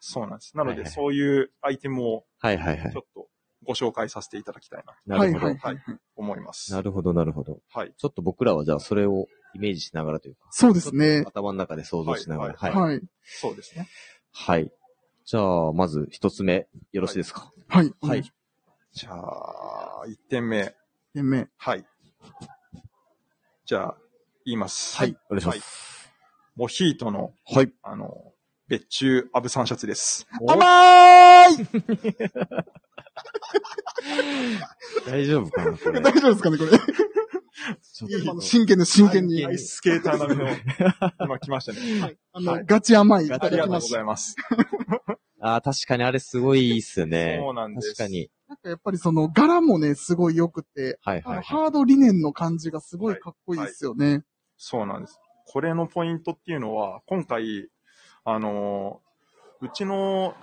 [SPEAKER 3] そうなんです。なの
[SPEAKER 1] はい
[SPEAKER 3] で、
[SPEAKER 1] はい
[SPEAKER 3] そういうアイテムを
[SPEAKER 1] はいはいは
[SPEAKER 3] ちょ
[SPEAKER 1] い
[SPEAKER 3] っ。とご紹介させていただきたいなと
[SPEAKER 1] な
[SPEAKER 2] は
[SPEAKER 1] る
[SPEAKER 2] い
[SPEAKER 1] ほど。
[SPEAKER 2] はいは
[SPEAKER 3] はいい。思います
[SPEAKER 1] な。るほどなるほど。
[SPEAKER 3] はい。
[SPEAKER 1] ちょっと僕らはじゃあそれをイメージしながらというか。
[SPEAKER 2] そうですね。
[SPEAKER 1] 頭の中で想像しながら。
[SPEAKER 3] は
[SPEAKER 1] はいい。
[SPEAKER 2] はい。
[SPEAKER 3] そうですね。
[SPEAKER 1] はい。じゃあ、まず一つ目、よろしいですか
[SPEAKER 2] はい。
[SPEAKER 1] はい。
[SPEAKER 3] じゃあ、1点目。
[SPEAKER 2] 一点目。
[SPEAKER 3] はい。じゃあ、言います。
[SPEAKER 1] はい。お願いしま
[SPEAKER 3] はい
[SPEAKER 1] す。
[SPEAKER 3] モヒートの、
[SPEAKER 1] はい。
[SPEAKER 3] あの、別注アブサンシャツです。
[SPEAKER 2] 甘ーい
[SPEAKER 1] 大丈夫かなこれ
[SPEAKER 2] 大。丈夫ですかね、これ。
[SPEAKER 1] ちょっ
[SPEAKER 3] いい
[SPEAKER 2] あの真剣の真剣に
[SPEAKER 3] ア。イススケーター並みの、今来ました ね。
[SPEAKER 2] はいあの
[SPEAKER 3] はい、
[SPEAKER 2] ガチ甘い。いた
[SPEAKER 3] あ
[SPEAKER 2] だ
[SPEAKER 3] りが
[SPEAKER 2] き
[SPEAKER 3] とうご
[SPEAKER 2] まし
[SPEAKER 3] ざ
[SPEAKER 2] た。
[SPEAKER 3] います。
[SPEAKER 1] ああ、確かにあれすごいいいっすよね。
[SPEAKER 3] そうなんです
[SPEAKER 1] 確かに。
[SPEAKER 2] なんかやっぱりその柄もね、すごい良くて、
[SPEAKER 1] はいは
[SPEAKER 2] あの、
[SPEAKER 1] い、はい。
[SPEAKER 2] ハード理念の感じがすごいかっこいいですよね。
[SPEAKER 3] そうなんです。これのポイントっていうのは、今回、あの、うちの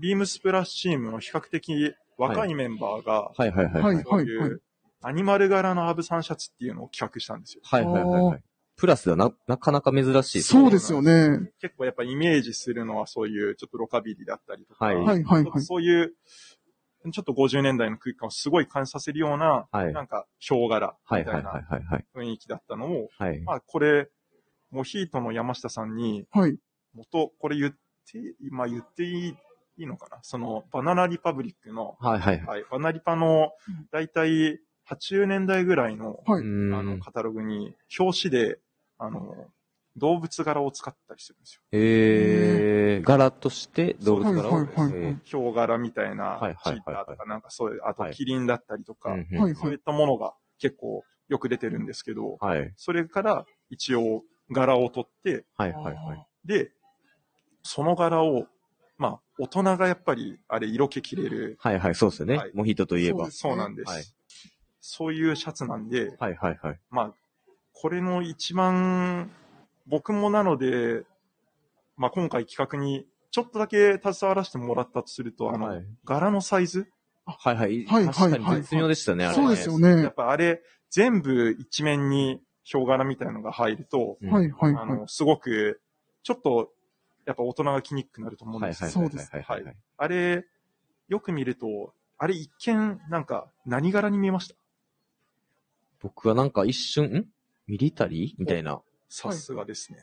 [SPEAKER 3] ビームスプラスチームの比較的若いメンバーが、
[SPEAKER 1] はいはいはい。はい
[SPEAKER 2] はい
[SPEAKER 3] こうい
[SPEAKER 2] はいう
[SPEAKER 3] アニマル柄のアブサンシャツっていうのを企画したんですよ。
[SPEAKER 1] はいはいはいはい。プラスではな、なかなか珍しいっ
[SPEAKER 2] そう
[SPEAKER 1] ね
[SPEAKER 2] ですよね。
[SPEAKER 3] 結構やっぱイメージするのはそういうちょっとロカビリーだったりとか、
[SPEAKER 1] はい
[SPEAKER 2] はいはいはい。
[SPEAKER 3] そういう、ちょっと50年代の空間をすごい感じさせるような、
[SPEAKER 1] はい
[SPEAKER 3] なんか、ヒョウ柄
[SPEAKER 1] はい
[SPEAKER 3] み
[SPEAKER 1] はい
[SPEAKER 3] たい
[SPEAKER 1] はい
[SPEAKER 3] な
[SPEAKER 1] はいはい。
[SPEAKER 3] 雰囲気だったのを、
[SPEAKER 1] はい。
[SPEAKER 3] まあ、これ、モヒートの山下さんに、
[SPEAKER 2] はい。
[SPEAKER 3] 元、これ言って、まあ言っていいいいのかなその、バナナリパブリックの、
[SPEAKER 1] はいはいはい。
[SPEAKER 3] はい、バナリパの、だいたい80年代ぐらいの、
[SPEAKER 2] は
[SPEAKER 1] う
[SPEAKER 2] い。
[SPEAKER 1] ー
[SPEAKER 3] あの、
[SPEAKER 1] ん。
[SPEAKER 3] カタログに、表紙で、あの、動物柄を使ったりするんですよ。
[SPEAKER 1] えー、柄として動物柄を。
[SPEAKER 2] はいはいはいはい
[SPEAKER 1] えー
[SPEAKER 3] ヒョウ柄みたいな、
[SPEAKER 1] はいはいはいはい
[SPEAKER 3] チーターとか、なんかそういう、あと
[SPEAKER 1] はい
[SPEAKER 3] キリンだったりとか、
[SPEAKER 1] うんうん
[SPEAKER 2] はい
[SPEAKER 3] そう
[SPEAKER 2] はいい
[SPEAKER 3] っ。たものが結構よく出てるんですけど、
[SPEAKER 1] はい
[SPEAKER 3] それから一応柄を取って、
[SPEAKER 1] はいはいはい。
[SPEAKER 3] で、その柄を、まあ、大人がやっぱり、あれ、色気切れる。
[SPEAKER 1] はいはい、そうですよね
[SPEAKER 3] はい。
[SPEAKER 1] モヒートといえば。は
[SPEAKER 2] で
[SPEAKER 1] い
[SPEAKER 2] すね
[SPEAKER 3] そうなんです。
[SPEAKER 1] はい
[SPEAKER 3] そういうシャツなんで、
[SPEAKER 1] はいはい。
[SPEAKER 3] まあ、これの一番、僕もなので、まあ、今回企画にちょっとだけ携わらせてもらったとすると、あの、
[SPEAKER 1] はい
[SPEAKER 3] 柄のサイズ
[SPEAKER 1] はいはい。
[SPEAKER 2] はい
[SPEAKER 1] 確か
[SPEAKER 2] はいは
[SPEAKER 1] に
[SPEAKER 2] い
[SPEAKER 1] 絶妙でしたね、あれね。
[SPEAKER 2] そうですよ
[SPEAKER 3] や
[SPEAKER 2] ね
[SPEAKER 3] っ。ぱあれ、全部一面にヒョウ柄みたいのが入ると、
[SPEAKER 1] うん。
[SPEAKER 2] はいはい
[SPEAKER 3] あ
[SPEAKER 2] は
[SPEAKER 3] の、すごく、ちょっと、やっぱ大人が気にくなると思うん
[SPEAKER 1] はいはい
[SPEAKER 3] です
[SPEAKER 1] はい
[SPEAKER 2] そうです
[SPEAKER 1] はいはいはい。
[SPEAKER 3] あれ、よく見ると、あれ一見、なんか、何柄に見えました
[SPEAKER 1] 僕はなんか一瞬、んミリタリーみたいな。
[SPEAKER 3] さすがですね。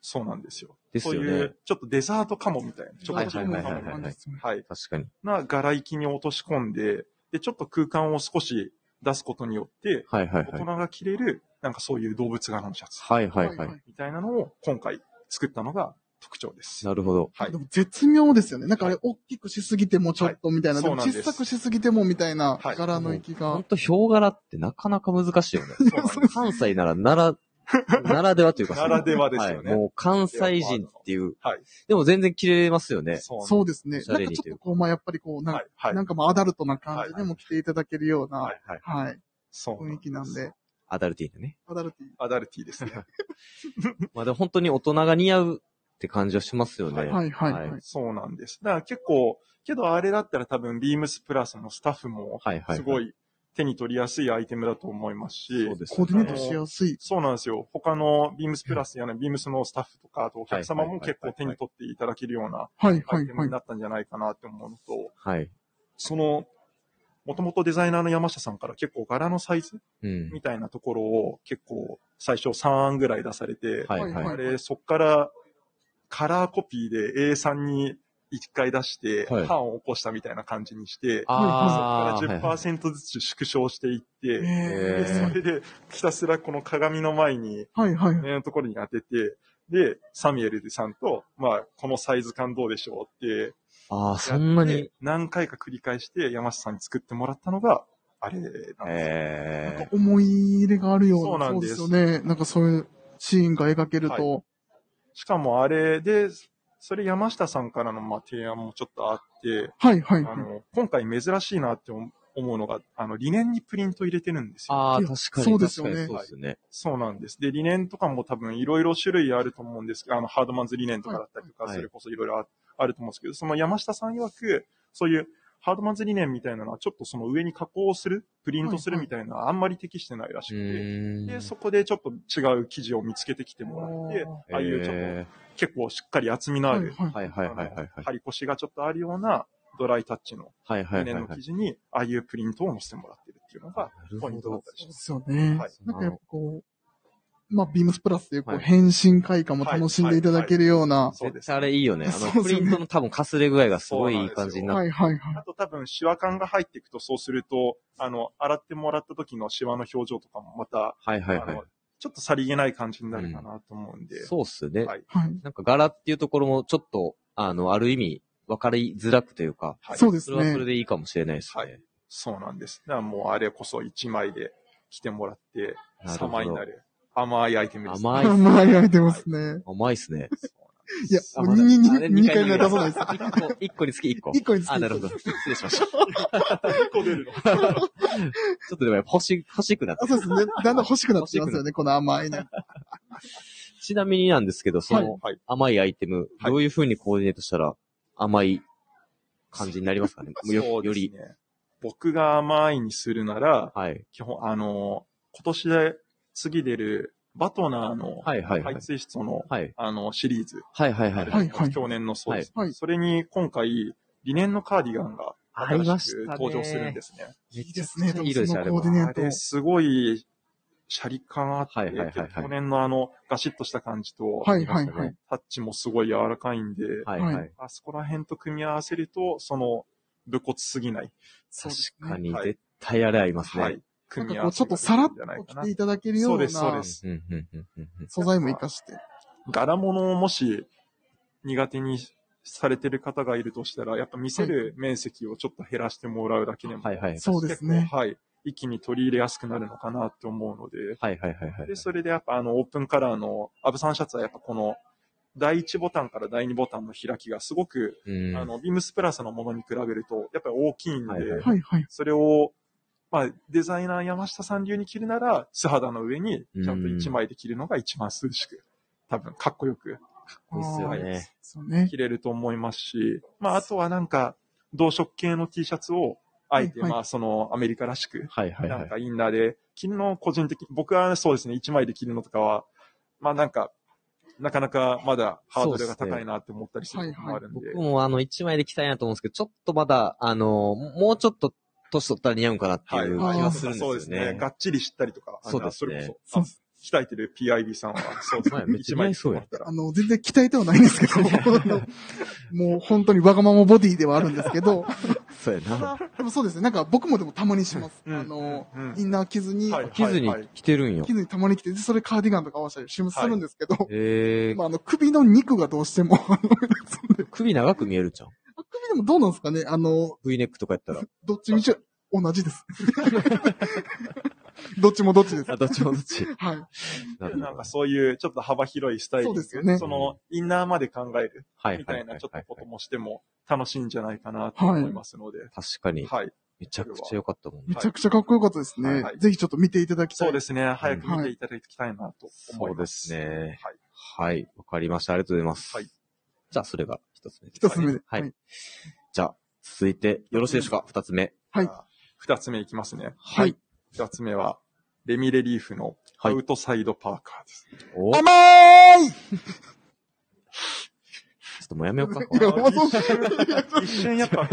[SPEAKER 3] そうなんですよ。
[SPEAKER 1] ですよね
[SPEAKER 3] そういう、ちょっとデザートかもみたいな。ちょ
[SPEAKER 1] は
[SPEAKER 2] い。
[SPEAKER 3] っ
[SPEAKER 1] い
[SPEAKER 3] と
[SPEAKER 1] は
[SPEAKER 3] か
[SPEAKER 1] い
[SPEAKER 3] も
[SPEAKER 1] はい
[SPEAKER 3] み
[SPEAKER 1] はい
[SPEAKER 3] た
[SPEAKER 1] は
[SPEAKER 3] い
[SPEAKER 1] い
[SPEAKER 3] な。はい。
[SPEAKER 1] 確かに。
[SPEAKER 3] な柄域に落とし込んで、で、ちょっと空間を少し出すことによって、
[SPEAKER 1] はいはい
[SPEAKER 3] 大
[SPEAKER 1] はい
[SPEAKER 3] 人。が着れる、なんかそういう動物柄のシャツ
[SPEAKER 1] はいはいはい。
[SPEAKER 3] みたいなのを今回作ったのが特徴です。
[SPEAKER 1] なるほど。
[SPEAKER 3] はい
[SPEAKER 2] で。も絶妙ですよね。なんかあれ、大きくしすぎてもちょっとみたいな。
[SPEAKER 3] はい
[SPEAKER 2] でも
[SPEAKER 3] そうなんで
[SPEAKER 2] 小
[SPEAKER 3] す
[SPEAKER 2] さくしすぎてもみたいな
[SPEAKER 3] はい
[SPEAKER 2] 柄の息が。
[SPEAKER 1] ほんと、ヒョウ柄ってなかなか難しいよね。
[SPEAKER 3] そうなんです
[SPEAKER 1] 関西なら、なら、 ならではというか、
[SPEAKER 3] ならではですよね
[SPEAKER 1] はいもう関西人っていう。
[SPEAKER 3] はい
[SPEAKER 1] でも全然着れますよね。
[SPEAKER 3] そうなんです
[SPEAKER 2] そうですね
[SPEAKER 1] お。しゃ
[SPEAKER 2] なん
[SPEAKER 1] れ
[SPEAKER 2] か
[SPEAKER 1] に
[SPEAKER 2] ち
[SPEAKER 1] と
[SPEAKER 2] ょ
[SPEAKER 1] い
[SPEAKER 2] っ
[SPEAKER 1] う
[SPEAKER 2] とこう、まあやっぱりこう、なん
[SPEAKER 3] はい、はい。
[SPEAKER 2] なんかまあアダルトな感じでも着ていただけるような、
[SPEAKER 3] は、
[SPEAKER 2] はい
[SPEAKER 3] はい。
[SPEAKER 2] い、
[SPEAKER 3] そう
[SPEAKER 2] 雰囲気なんで。
[SPEAKER 1] アダルティーなね。
[SPEAKER 2] アダルティ
[SPEAKER 3] アダルティですね。
[SPEAKER 1] まあでも本当に大人が似合うって感じはしますよね。
[SPEAKER 3] は
[SPEAKER 2] ー。はいはいはい。
[SPEAKER 1] はい
[SPEAKER 3] そうなんです。だから結構、けどあれだったら多分ビームスプラスのスタッフも、
[SPEAKER 1] はいはい。
[SPEAKER 3] すご
[SPEAKER 1] い。
[SPEAKER 3] い手に取りやすいアイテムだと思いますし、
[SPEAKER 1] そうです
[SPEAKER 2] コーディネートしやすい。
[SPEAKER 3] そうなんですよ。他のビームスプラスやね、ビームスのスタッフとか、あとお客様も結構手に取っていただけるような
[SPEAKER 2] はい
[SPEAKER 3] ア
[SPEAKER 2] は
[SPEAKER 3] イ
[SPEAKER 2] い
[SPEAKER 3] テム
[SPEAKER 2] はい
[SPEAKER 3] に。なったんじゃないかなって思うのと、
[SPEAKER 1] はい。
[SPEAKER 3] その、もともとデザイナーの山下さんから結構柄のサイズ
[SPEAKER 1] うん。
[SPEAKER 3] みたいなところを結構最初3案ぐらい出されて、
[SPEAKER 1] はい
[SPEAKER 2] はい
[SPEAKER 1] はい。
[SPEAKER 3] あれ、そっからカラーコピーで A さんに1回出して、
[SPEAKER 1] はい
[SPEAKER 3] 版を起こしたみたいな感じにして、
[SPEAKER 1] あ
[SPEAKER 3] そ
[SPEAKER 1] ー
[SPEAKER 3] っから10%ずつ縮小していって、
[SPEAKER 1] え
[SPEAKER 3] で
[SPEAKER 1] ー
[SPEAKER 3] それでひたすらこの鏡の前に、
[SPEAKER 2] はいはいはい。
[SPEAKER 3] 目のところに当てて、で、サミュエルさんと、まあ、このサイズ感どうでしょうって、
[SPEAKER 1] ああ、そんなに
[SPEAKER 3] で。何回か繰り返して山下さんに作ってもらったのが、あれなんですよ
[SPEAKER 2] なん
[SPEAKER 1] え
[SPEAKER 2] か思い入れがあるよ
[SPEAKER 3] そう
[SPEAKER 2] うな、
[SPEAKER 3] な
[SPEAKER 2] そ
[SPEAKER 3] ん
[SPEAKER 2] う
[SPEAKER 3] で
[SPEAKER 2] ですすよね。なんかそういうシーンが描けると。
[SPEAKER 3] しかもあれで、それ山下さんからのまあ提案もちょっとあって、
[SPEAKER 2] はいはいは
[SPEAKER 3] あの、今回珍しいなって思うのが、あの、理念にプリント入れてるんです
[SPEAKER 1] ー、
[SPEAKER 3] よ。
[SPEAKER 1] ああ、
[SPEAKER 2] いや
[SPEAKER 1] 確かに。
[SPEAKER 2] そうですよね
[SPEAKER 1] 確かにそうですよね。
[SPEAKER 3] そうなんです。で、理念とかも多分いろいろ種類あると思うんですけど、あの、ハードマンズ理念とかだったりとか、
[SPEAKER 1] はい
[SPEAKER 3] それこそいろいろああると思うんですけど、その山下さん曰く、そういうハードマンズ理念みたいなのは、ちょっとその上に加工する、プリントするみたいなのはあんまり適してないらし
[SPEAKER 1] う
[SPEAKER 3] くて、
[SPEAKER 1] ー
[SPEAKER 3] で、
[SPEAKER 1] ん。
[SPEAKER 3] そこでちょっと違う記事を見つけてきてもらって、
[SPEAKER 2] い。
[SPEAKER 3] ああいうちょっと
[SPEAKER 1] え
[SPEAKER 3] 結構しっかり厚みのある、
[SPEAKER 2] はい
[SPEAKER 1] ーはいはいはいはいはい。
[SPEAKER 3] 張り腰がちょっとあるようなドライタッチの
[SPEAKER 1] はいはいはい
[SPEAKER 3] 年
[SPEAKER 1] は
[SPEAKER 3] の
[SPEAKER 1] い。
[SPEAKER 3] 記事に、ああいうプリントを載せてもらってるっていうのが
[SPEAKER 1] なる
[SPEAKER 3] ポイ
[SPEAKER 1] ほ
[SPEAKER 3] ントだっ
[SPEAKER 1] ど。
[SPEAKER 3] たり
[SPEAKER 2] そう
[SPEAKER 3] し
[SPEAKER 2] で
[SPEAKER 3] ます。
[SPEAKER 2] すよねな
[SPEAKER 3] はい。
[SPEAKER 2] んかやっぱこう、まあ、ビームスプラスでこ
[SPEAKER 1] は
[SPEAKER 2] う、
[SPEAKER 1] い
[SPEAKER 2] 変身快感も楽しんでいただけるような。
[SPEAKER 3] そうで
[SPEAKER 1] 絶
[SPEAKER 3] す。
[SPEAKER 1] 対あ
[SPEAKER 3] あ
[SPEAKER 1] れいいよね。あ
[SPEAKER 2] そう
[SPEAKER 1] の、
[SPEAKER 2] です
[SPEAKER 1] プ
[SPEAKER 2] よね
[SPEAKER 1] リントの多分かすれ具合がすごいいい感じになっ
[SPEAKER 2] はいはいはい。
[SPEAKER 3] と多分、シワ感が入っていくと、そうすると、あの、洗ってもらった時のシワの表情とかもまた、
[SPEAKER 1] はいはいは
[SPEAKER 3] あ
[SPEAKER 1] い
[SPEAKER 3] の。、ちょっとさりげない感じになるかなと思うんで。
[SPEAKER 1] そうっすね。
[SPEAKER 3] はい。
[SPEAKER 2] はい。
[SPEAKER 1] なんか柄っていうところもちょっと、あの、ある意味、分かりづらくというか、
[SPEAKER 3] はい
[SPEAKER 2] そうで
[SPEAKER 1] そ
[SPEAKER 2] す
[SPEAKER 1] れはそれ
[SPEAKER 2] ね。
[SPEAKER 1] でいいかもしれないですね。
[SPEAKER 3] はいそうなんです。だからもう、あれこそ1枚で来てもらって、
[SPEAKER 1] なる
[SPEAKER 3] 様
[SPEAKER 1] ほ
[SPEAKER 3] に
[SPEAKER 1] ど
[SPEAKER 3] な。る甘いアイテムです。
[SPEAKER 1] 甘い
[SPEAKER 2] 甘いアイテムですね。
[SPEAKER 1] 甘いっすね。
[SPEAKER 2] いや、
[SPEAKER 1] あ
[SPEAKER 2] もうにに
[SPEAKER 1] まだ
[SPEAKER 2] に二回目は出さないです。
[SPEAKER 1] 1個、一個につき1個。
[SPEAKER 2] 一個につき
[SPEAKER 1] あ、なるほど。失礼しました。ちょ
[SPEAKER 3] 結構出るの。
[SPEAKER 1] っとでもやっぱ欲し、欲しくなっ
[SPEAKER 2] あ
[SPEAKER 1] た。
[SPEAKER 2] そうですね。だんだん欲しくなってきますよね、この甘いね。
[SPEAKER 1] ちなみになんですけど、その
[SPEAKER 3] はい。
[SPEAKER 1] 甘いアイテム、
[SPEAKER 3] はい
[SPEAKER 1] どういう風にコーディネートしたら甘い感じになりますかねもうよ
[SPEAKER 3] そう
[SPEAKER 1] よ
[SPEAKER 3] です
[SPEAKER 1] り。
[SPEAKER 3] ね。僕が甘いにするなら、
[SPEAKER 1] はい。
[SPEAKER 3] 基本、あの、今年で次出るバトナーの
[SPEAKER 1] はいはいはい
[SPEAKER 3] 排。水質の、
[SPEAKER 1] はい。
[SPEAKER 3] あの、シリーズ。
[SPEAKER 1] はいはいはいはい。
[SPEAKER 2] いはい
[SPEAKER 3] 去年のそうです、
[SPEAKER 2] はい
[SPEAKER 3] それに今回、理念のカーディガンが
[SPEAKER 1] ありま
[SPEAKER 3] 新
[SPEAKER 1] し
[SPEAKER 3] した
[SPEAKER 1] ね
[SPEAKER 3] く登場するんですね。
[SPEAKER 1] い
[SPEAKER 2] いいですね、で
[SPEAKER 1] い
[SPEAKER 2] も
[SPEAKER 1] い色です
[SPEAKER 2] そ
[SPEAKER 1] ね、あれ
[SPEAKER 2] のコー
[SPEAKER 1] は
[SPEAKER 2] ディ。ネ
[SPEAKER 3] あ
[SPEAKER 2] ート。
[SPEAKER 3] れ、すごい、シャリ感あって、
[SPEAKER 1] はいはいはいはい
[SPEAKER 3] 去年のあの、ガシッとした感じと、
[SPEAKER 2] はいはいはい。
[SPEAKER 3] タッチもすごい柔らかいんで、
[SPEAKER 1] はいはい。
[SPEAKER 3] あそこら辺と組み合わせると、その、武骨すぎない。
[SPEAKER 2] そう
[SPEAKER 1] 確
[SPEAKER 2] ですね
[SPEAKER 1] かに、
[SPEAKER 3] はい
[SPEAKER 1] 絶対あれ合いますね。
[SPEAKER 3] はい。
[SPEAKER 2] なん
[SPEAKER 3] 組
[SPEAKER 2] か
[SPEAKER 3] み合
[SPEAKER 2] こう、
[SPEAKER 3] わ
[SPEAKER 2] ち
[SPEAKER 3] せ
[SPEAKER 2] ょっと
[SPEAKER 3] が
[SPEAKER 2] さらっ
[SPEAKER 3] できるんじゃない
[SPEAKER 2] と
[SPEAKER 3] か
[SPEAKER 2] 着
[SPEAKER 3] な
[SPEAKER 2] ていただけるよ
[SPEAKER 3] そう
[SPEAKER 2] う
[SPEAKER 3] ですそう
[SPEAKER 2] な
[SPEAKER 3] です
[SPEAKER 1] うんうんうんうんうん
[SPEAKER 2] 素材も活かして。
[SPEAKER 3] 柄物をもし苦手にされてる方がいるとしたら、やっぱ見せる面積をちょっと減らしてもらうだけでも、
[SPEAKER 1] はいはい。
[SPEAKER 2] そうですね
[SPEAKER 3] 結。構はい、一気に取り入れやすくなるのかなって思うので、
[SPEAKER 1] はいはいはいはい。
[SPEAKER 3] で、それでやっぱあのオープンカラーのアブサンシャツはやっぱこの第1ボタンから第2ボタンの開きがすごく、
[SPEAKER 1] うん
[SPEAKER 3] あの、ビームスプラスのものに比べると、やっぱり大きいんで、
[SPEAKER 1] はいはい
[SPEAKER 2] はいはい。
[SPEAKER 3] それを、まあ、デザイナー山下さん流に着るなら、素肌の上にちゃんと1枚で着るのが一番涼しく、多分かっこよく
[SPEAKER 1] こいいっすよ
[SPEAKER 3] は
[SPEAKER 1] ね。
[SPEAKER 2] そうね。
[SPEAKER 3] 着れると思いますし、まあ、あとはなんか、同色系の T シャツを、あえて、
[SPEAKER 2] はいはい
[SPEAKER 3] まあ、その、アメリカらしく、
[SPEAKER 1] はいはい
[SPEAKER 3] な
[SPEAKER 1] は
[SPEAKER 3] ん
[SPEAKER 1] い。
[SPEAKER 3] かインナーで、着るの個人的、僕はそうですね、1枚で着るのとかは、まあなんか、なかなかまだハードルが高いなって思ったりすることもあるんで、
[SPEAKER 1] 僕もあの、一枚で着たいなと思うんですけど、ちょっとまだ、あの、もうちょっと年取ったら似合うんかなって
[SPEAKER 3] はいい、
[SPEAKER 1] う気
[SPEAKER 2] はい
[SPEAKER 1] がするんです
[SPEAKER 3] そうで
[SPEAKER 1] よ
[SPEAKER 3] すね。
[SPEAKER 1] ね。
[SPEAKER 3] がっちり知ったりとか、あ
[SPEAKER 1] そうですね
[SPEAKER 3] れこそ、
[SPEAKER 2] そう
[SPEAKER 3] あ鍛えてる PIB さんは、そうですね
[SPEAKER 1] はいめっ。ちゃ
[SPEAKER 3] 一
[SPEAKER 1] 似合
[SPEAKER 3] 枚
[SPEAKER 1] いそうや
[SPEAKER 3] 着てもら
[SPEAKER 2] あ
[SPEAKER 3] っ
[SPEAKER 2] の、全然鍛えてはないんですけど、 もう本当にわがままボディではあるんですけど、
[SPEAKER 1] そうやな。
[SPEAKER 2] でもそうですね。なんか僕もでもたまにします。
[SPEAKER 3] うん
[SPEAKER 2] あの、
[SPEAKER 3] うん
[SPEAKER 2] インナー着ずに、
[SPEAKER 3] はい
[SPEAKER 1] 着ずに着てるんよ
[SPEAKER 2] 着。ずにたまに着て、でそれカーディガンとか合わせたりしまするんですけど、
[SPEAKER 1] え
[SPEAKER 2] まあ、あの、首の肉がどうしても、あの首
[SPEAKER 1] ー、首長く見えるじゃん。
[SPEAKER 2] でもどうなんですかねあの、
[SPEAKER 1] V ネックとかや ったら。
[SPEAKER 2] どっちみち同じです。どっちもどっちです。
[SPEAKER 1] あ、どっちもどっち。
[SPEAKER 2] はい。
[SPEAKER 1] な
[SPEAKER 3] た
[SPEAKER 1] る
[SPEAKER 3] な
[SPEAKER 1] ほ
[SPEAKER 3] ん
[SPEAKER 1] ど
[SPEAKER 3] か。そういうちょっと幅広いスタイリ
[SPEAKER 2] そ
[SPEAKER 3] ング、
[SPEAKER 2] うですよね
[SPEAKER 3] その、インナーまで考える
[SPEAKER 1] はい
[SPEAKER 3] み
[SPEAKER 1] は
[SPEAKER 3] た
[SPEAKER 1] い
[SPEAKER 3] い
[SPEAKER 1] は
[SPEAKER 3] ないちょっ
[SPEAKER 1] は
[SPEAKER 3] と
[SPEAKER 1] い
[SPEAKER 3] こともしても楽しいんじゃないかなと思いますので、はい。
[SPEAKER 1] 確かに。めちゃくちゃ良かったもんね
[SPEAKER 2] め。ちゃくちゃかっこよかったですね。
[SPEAKER 3] はいはい
[SPEAKER 2] ぜひちょっと見ていただきたい。。
[SPEAKER 3] そうですすね。早く見ていただきたいなと思います。
[SPEAKER 1] そうですね
[SPEAKER 3] はい。
[SPEAKER 1] はい。わかりました。ありがとうございます。
[SPEAKER 3] はい
[SPEAKER 1] じゃあ、それが一つ目です。
[SPEAKER 2] 一つ目で。
[SPEAKER 1] はい。じゃあ、続いて、よろしいでしょうか二つ目。
[SPEAKER 2] はい。
[SPEAKER 3] 二つ目いきますね。
[SPEAKER 2] はい。
[SPEAKER 3] 二つ目は、レミレリーフのア
[SPEAKER 1] はい
[SPEAKER 3] ウトサイドパーカーです。
[SPEAKER 1] おちょ
[SPEAKER 2] 甘ーい
[SPEAKER 1] っともうやめよう か。
[SPEAKER 2] いや
[SPEAKER 3] あ一瞬、一瞬やっぱ、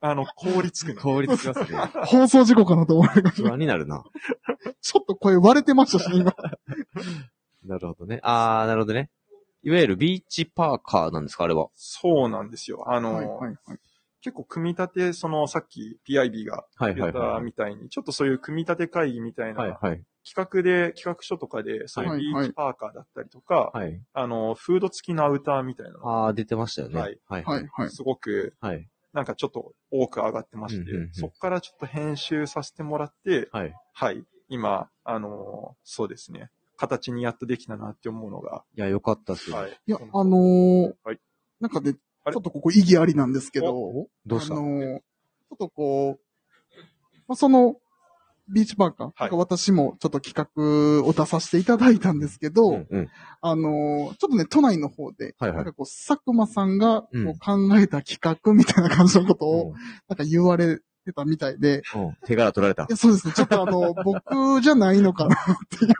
[SPEAKER 3] あの、凍りつくね。
[SPEAKER 1] 凍りつきますね。
[SPEAKER 2] 放送事故かなと思いました。
[SPEAKER 1] 不安になるな。
[SPEAKER 2] ちょっと声割れてました し、今。
[SPEAKER 1] なるほどね。あー、なるほどね。いわゆるビーチパーカーなんですかあれは。
[SPEAKER 3] そうなんですよ。あの、
[SPEAKER 2] はいはいはい。
[SPEAKER 3] 結構組み立て、そのさっき PIB が
[SPEAKER 1] はいは
[SPEAKER 3] 言
[SPEAKER 1] い
[SPEAKER 3] った
[SPEAKER 1] はい。
[SPEAKER 3] みたいに、ちょっとそういう組み立て会議みたい
[SPEAKER 1] はい
[SPEAKER 3] な
[SPEAKER 1] はい。
[SPEAKER 3] 企画で、企画書とかで、そういうビ
[SPEAKER 2] はいは
[SPEAKER 3] ー
[SPEAKER 2] い
[SPEAKER 3] チパーカーだったりとか、
[SPEAKER 1] はい。
[SPEAKER 3] あの、フード付きのアウターみたいなのが
[SPEAKER 1] あー、出てましたよね。は
[SPEAKER 3] はいい。
[SPEAKER 1] はい。
[SPEAKER 2] はいはい。
[SPEAKER 3] すごく、
[SPEAKER 1] はい。
[SPEAKER 3] なんかちょっと多く上がってまして、
[SPEAKER 1] うんうんうん
[SPEAKER 3] そこからちょっと編集させてもらって、
[SPEAKER 1] はい。
[SPEAKER 3] はい、今、あのーそうですね、形にやっとできたなって思うのが、
[SPEAKER 1] いや、よかったっすよ。
[SPEAKER 3] はい。
[SPEAKER 2] いや、あのー
[SPEAKER 3] はい
[SPEAKER 2] なんかね、ちょ
[SPEAKER 3] あ
[SPEAKER 2] っ
[SPEAKER 3] れ
[SPEAKER 2] とここ意義ありなんですけど、
[SPEAKER 1] おどうした
[SPEAKER 2] あのーちょっとこう、まあ、その、ビーチパーカー、なんか私もちょっと企画を出させていただいたんですけ
[SPEAKER 1] う
[SPEAKER 2] ど、
[SPEAKER 1] んうん。
[SPEAKER 2] あのーちょっとね、都内の方で、
[SPEAKER 1] はいはい
[SPEAKER 2] なんかこう、佐久間さんがこ
[SPEAKER 1] うん
[SPEAKER 2] う考えた企画みたいな感じのことを、
[SPEAKER 1] う
[SPEAKER 2] なんか言われてたみたいで、
[SPEAKER 1] んうん手柄取られた
[SPEAKER 2] い。や、そうですね。ちょっと あの、僕じゃないのかなっていう。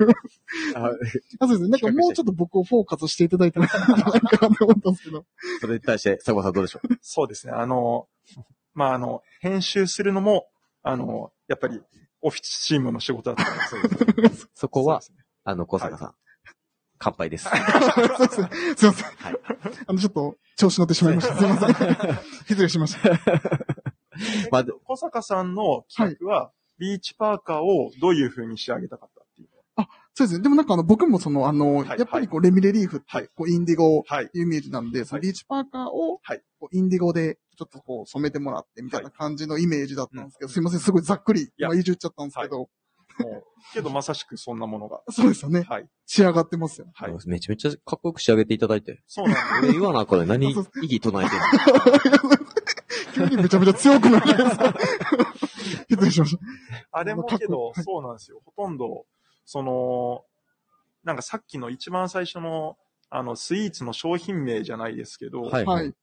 [SPEAKER 1] あ
[SPEAKER 2] あそうですね。なんかもうちょっと僕をフォーカスしていただいたらいいんじゃないかなって思ったんですけど。
[SPEAKER 1] それに対して、佐久間さんどうでしょう
[SPEAKER 3] そうですね、あのーまあ、あの、編集するのも、あのーやっぱり、オフィスチームの仕事だったんですよ。
[SPEAKER 1] そこは
[SPEAKER 3] そ、うですね
[SPEAKER 1] あの、小坂さん、乾杯です。
[SPEAKER 2] そうですね。すいません。
[SPEAKER 1] はい
[SPEAKER 2] あの、ちょっと調子乗ってしまいました。 すいません。失礼しました。
[SPEAKER 3] え
[SPEAKER 1] まあで
[SPEAKER 3] 小坂さんの企画は、ビーチパーカーをどういう風に仕上げたかったっていう。
[SPEAKER 2] そうですね。でもなんかあの、僕もその、あの、
[SPEAKER 3] はい
[SPEAKER 2] やっぱりこう、レミレリーフっ
[SPEAKER 3] は
[SPEAKER 2] て
[SPEAKER 3] い、
[SPEAKER 2] こう、インディゴ
[SPEAKER 3] はい。
[SPEAKER 2] いうイメージなんで、その
[SPEAKER 3] はい
[SPEAKER 2] リーチパーカーを、
[SPEAKER 3] はい
[SPEAKER 2] こうインディゴで、ちょっとこう、染めてもらって、みたいな感じのイメージだったんですけど、
[SPEAKER 3] はい
[SPEAKER 2] すいません。すごいざっくり、
[SPEAKER 3] や
[SPEAKER 2] 今、いじっちゃったんですけど、
[SPEAKER 3] もう、けどまさしくそんなものが。
[SPEAKER 2] そうですよね。
[SPEAKER 3] はい。
[SPEAKER 2] 仕上がってますよ。
[SPEAKER 3] はい。
[SPEAKER 1] めちゃめちゃかっこよく仕上げていただいて。
[SPEAKER 3] そうなんで
[SPEAKER 1] 俺言わなあかんね。何、意義唱えてんの
[SPEAKER 2] 急にめちゃめちゃ強くなるじゃないですか。失礼しました。
[SPEAKER 3] す。あれもけど
[SPEAKER 2] かっこいいは、い
[SPEAKER 3] そうなんですよ。ほとんど、その、なんかさっきの一番最初の、あの、スイーツの商品名じゃないですけど、
[SPEAKER 1] はい
[SPEAKER 2] はい。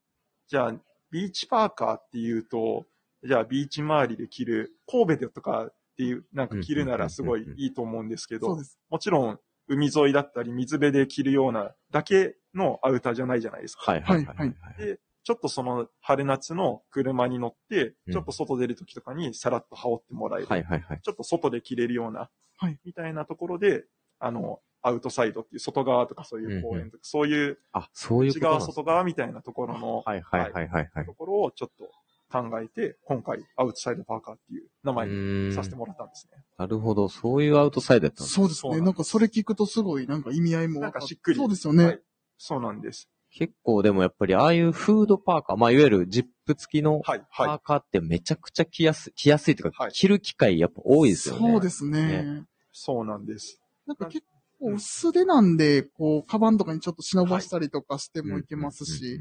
[SPEAKER 3] じゃあ、ビーチパーカーっていうと、じゃあビーチ周りで着る、神戸でとかっていう、なんか着るならすごいいいと思うんですけ
[SPEAKER 2] そう
[SPEAKER 3] ど
[SPEAKER 2] で、す。
[SPEAKER 3] もちろん海沿いだったり水辺で着るようなだけのアウターじゃないじゃないですか。
[SPEAKER 1] はいはい
[SPEAKER 2] はい
[SPEAKER 1] は
[SPEAKER 2] はいい。
[SPEAKER 3] で、ちょっとその春夏の車に乗って
[SPEAKER 1] う、ん
[SPEAKER 3] ちょっと外出るときとかにさらっと羽織ってもらえる。
[SPEAKER 1] はいはいはい。
[SPEAKER 3] ちょっと外で着れるような、
[SPEAKER 2] はい
[SPEAKER 3] みたいなところで、あの、アウトサイドっていう外側とかそういう公園とか、そういう
[SPEAKER 1] あ、そういうこと
[SPEAKER 3] 内
[SPEAKER 1] なん
[SPEAKER 3] 側、
[SPEAKER 1] です
[SPEAKER 3] 外側みたいなところの
[SPEAKER 1] はいはいはいはいはい
[SPEAKER 3] と。ころをちょっと考えて、今回アウトサイドパーカーっていう名前
[SPEAKER 1] う
[SPEAKER 3] に
[SPEAKER 1] ーん
[SPEAKER 3] させてもらったんですね。
[SPEAKER 1] なるほど。そういうアウトサイドやったんです
[SPEAKER 2] そうです
[SPEAKER 3] そうな
[SPEAKER 2] ね。
[SPEAKER 3] んで
[SPEAKER 2] な
[SPEAKER 3] す
[SPEAKER 2] んかそれ聞くとすごいなんか意味合いも。
[SPEAKER 3] なんかしっくり。
[SPEAKER 2] そうですよね。
[SPEAKER 3] はいそうなんです。
[SPEAKER 1] 結構でもやっぱりああいうフードパーカー、まあいわゆるジップ付きの
[SPEAKER 3] はい、はい。
[SPEAKER 1] パーカーってめちゃくちゃ着やすい、着やすいというか、
[SPEAKER 3] はい
[SPEAKER 1] 着る機会やっぱ多いですよね。
[SPEAKER 2] そうですね。
[SPEAKER 3] そうなんです。
[SPEAKER 2] なんか結構薄手なんで、こう、カバンとかにちょっと忍ばしたりとかして
[SPEAKER 1] うん
[SPEAKER 2] もいけますし。。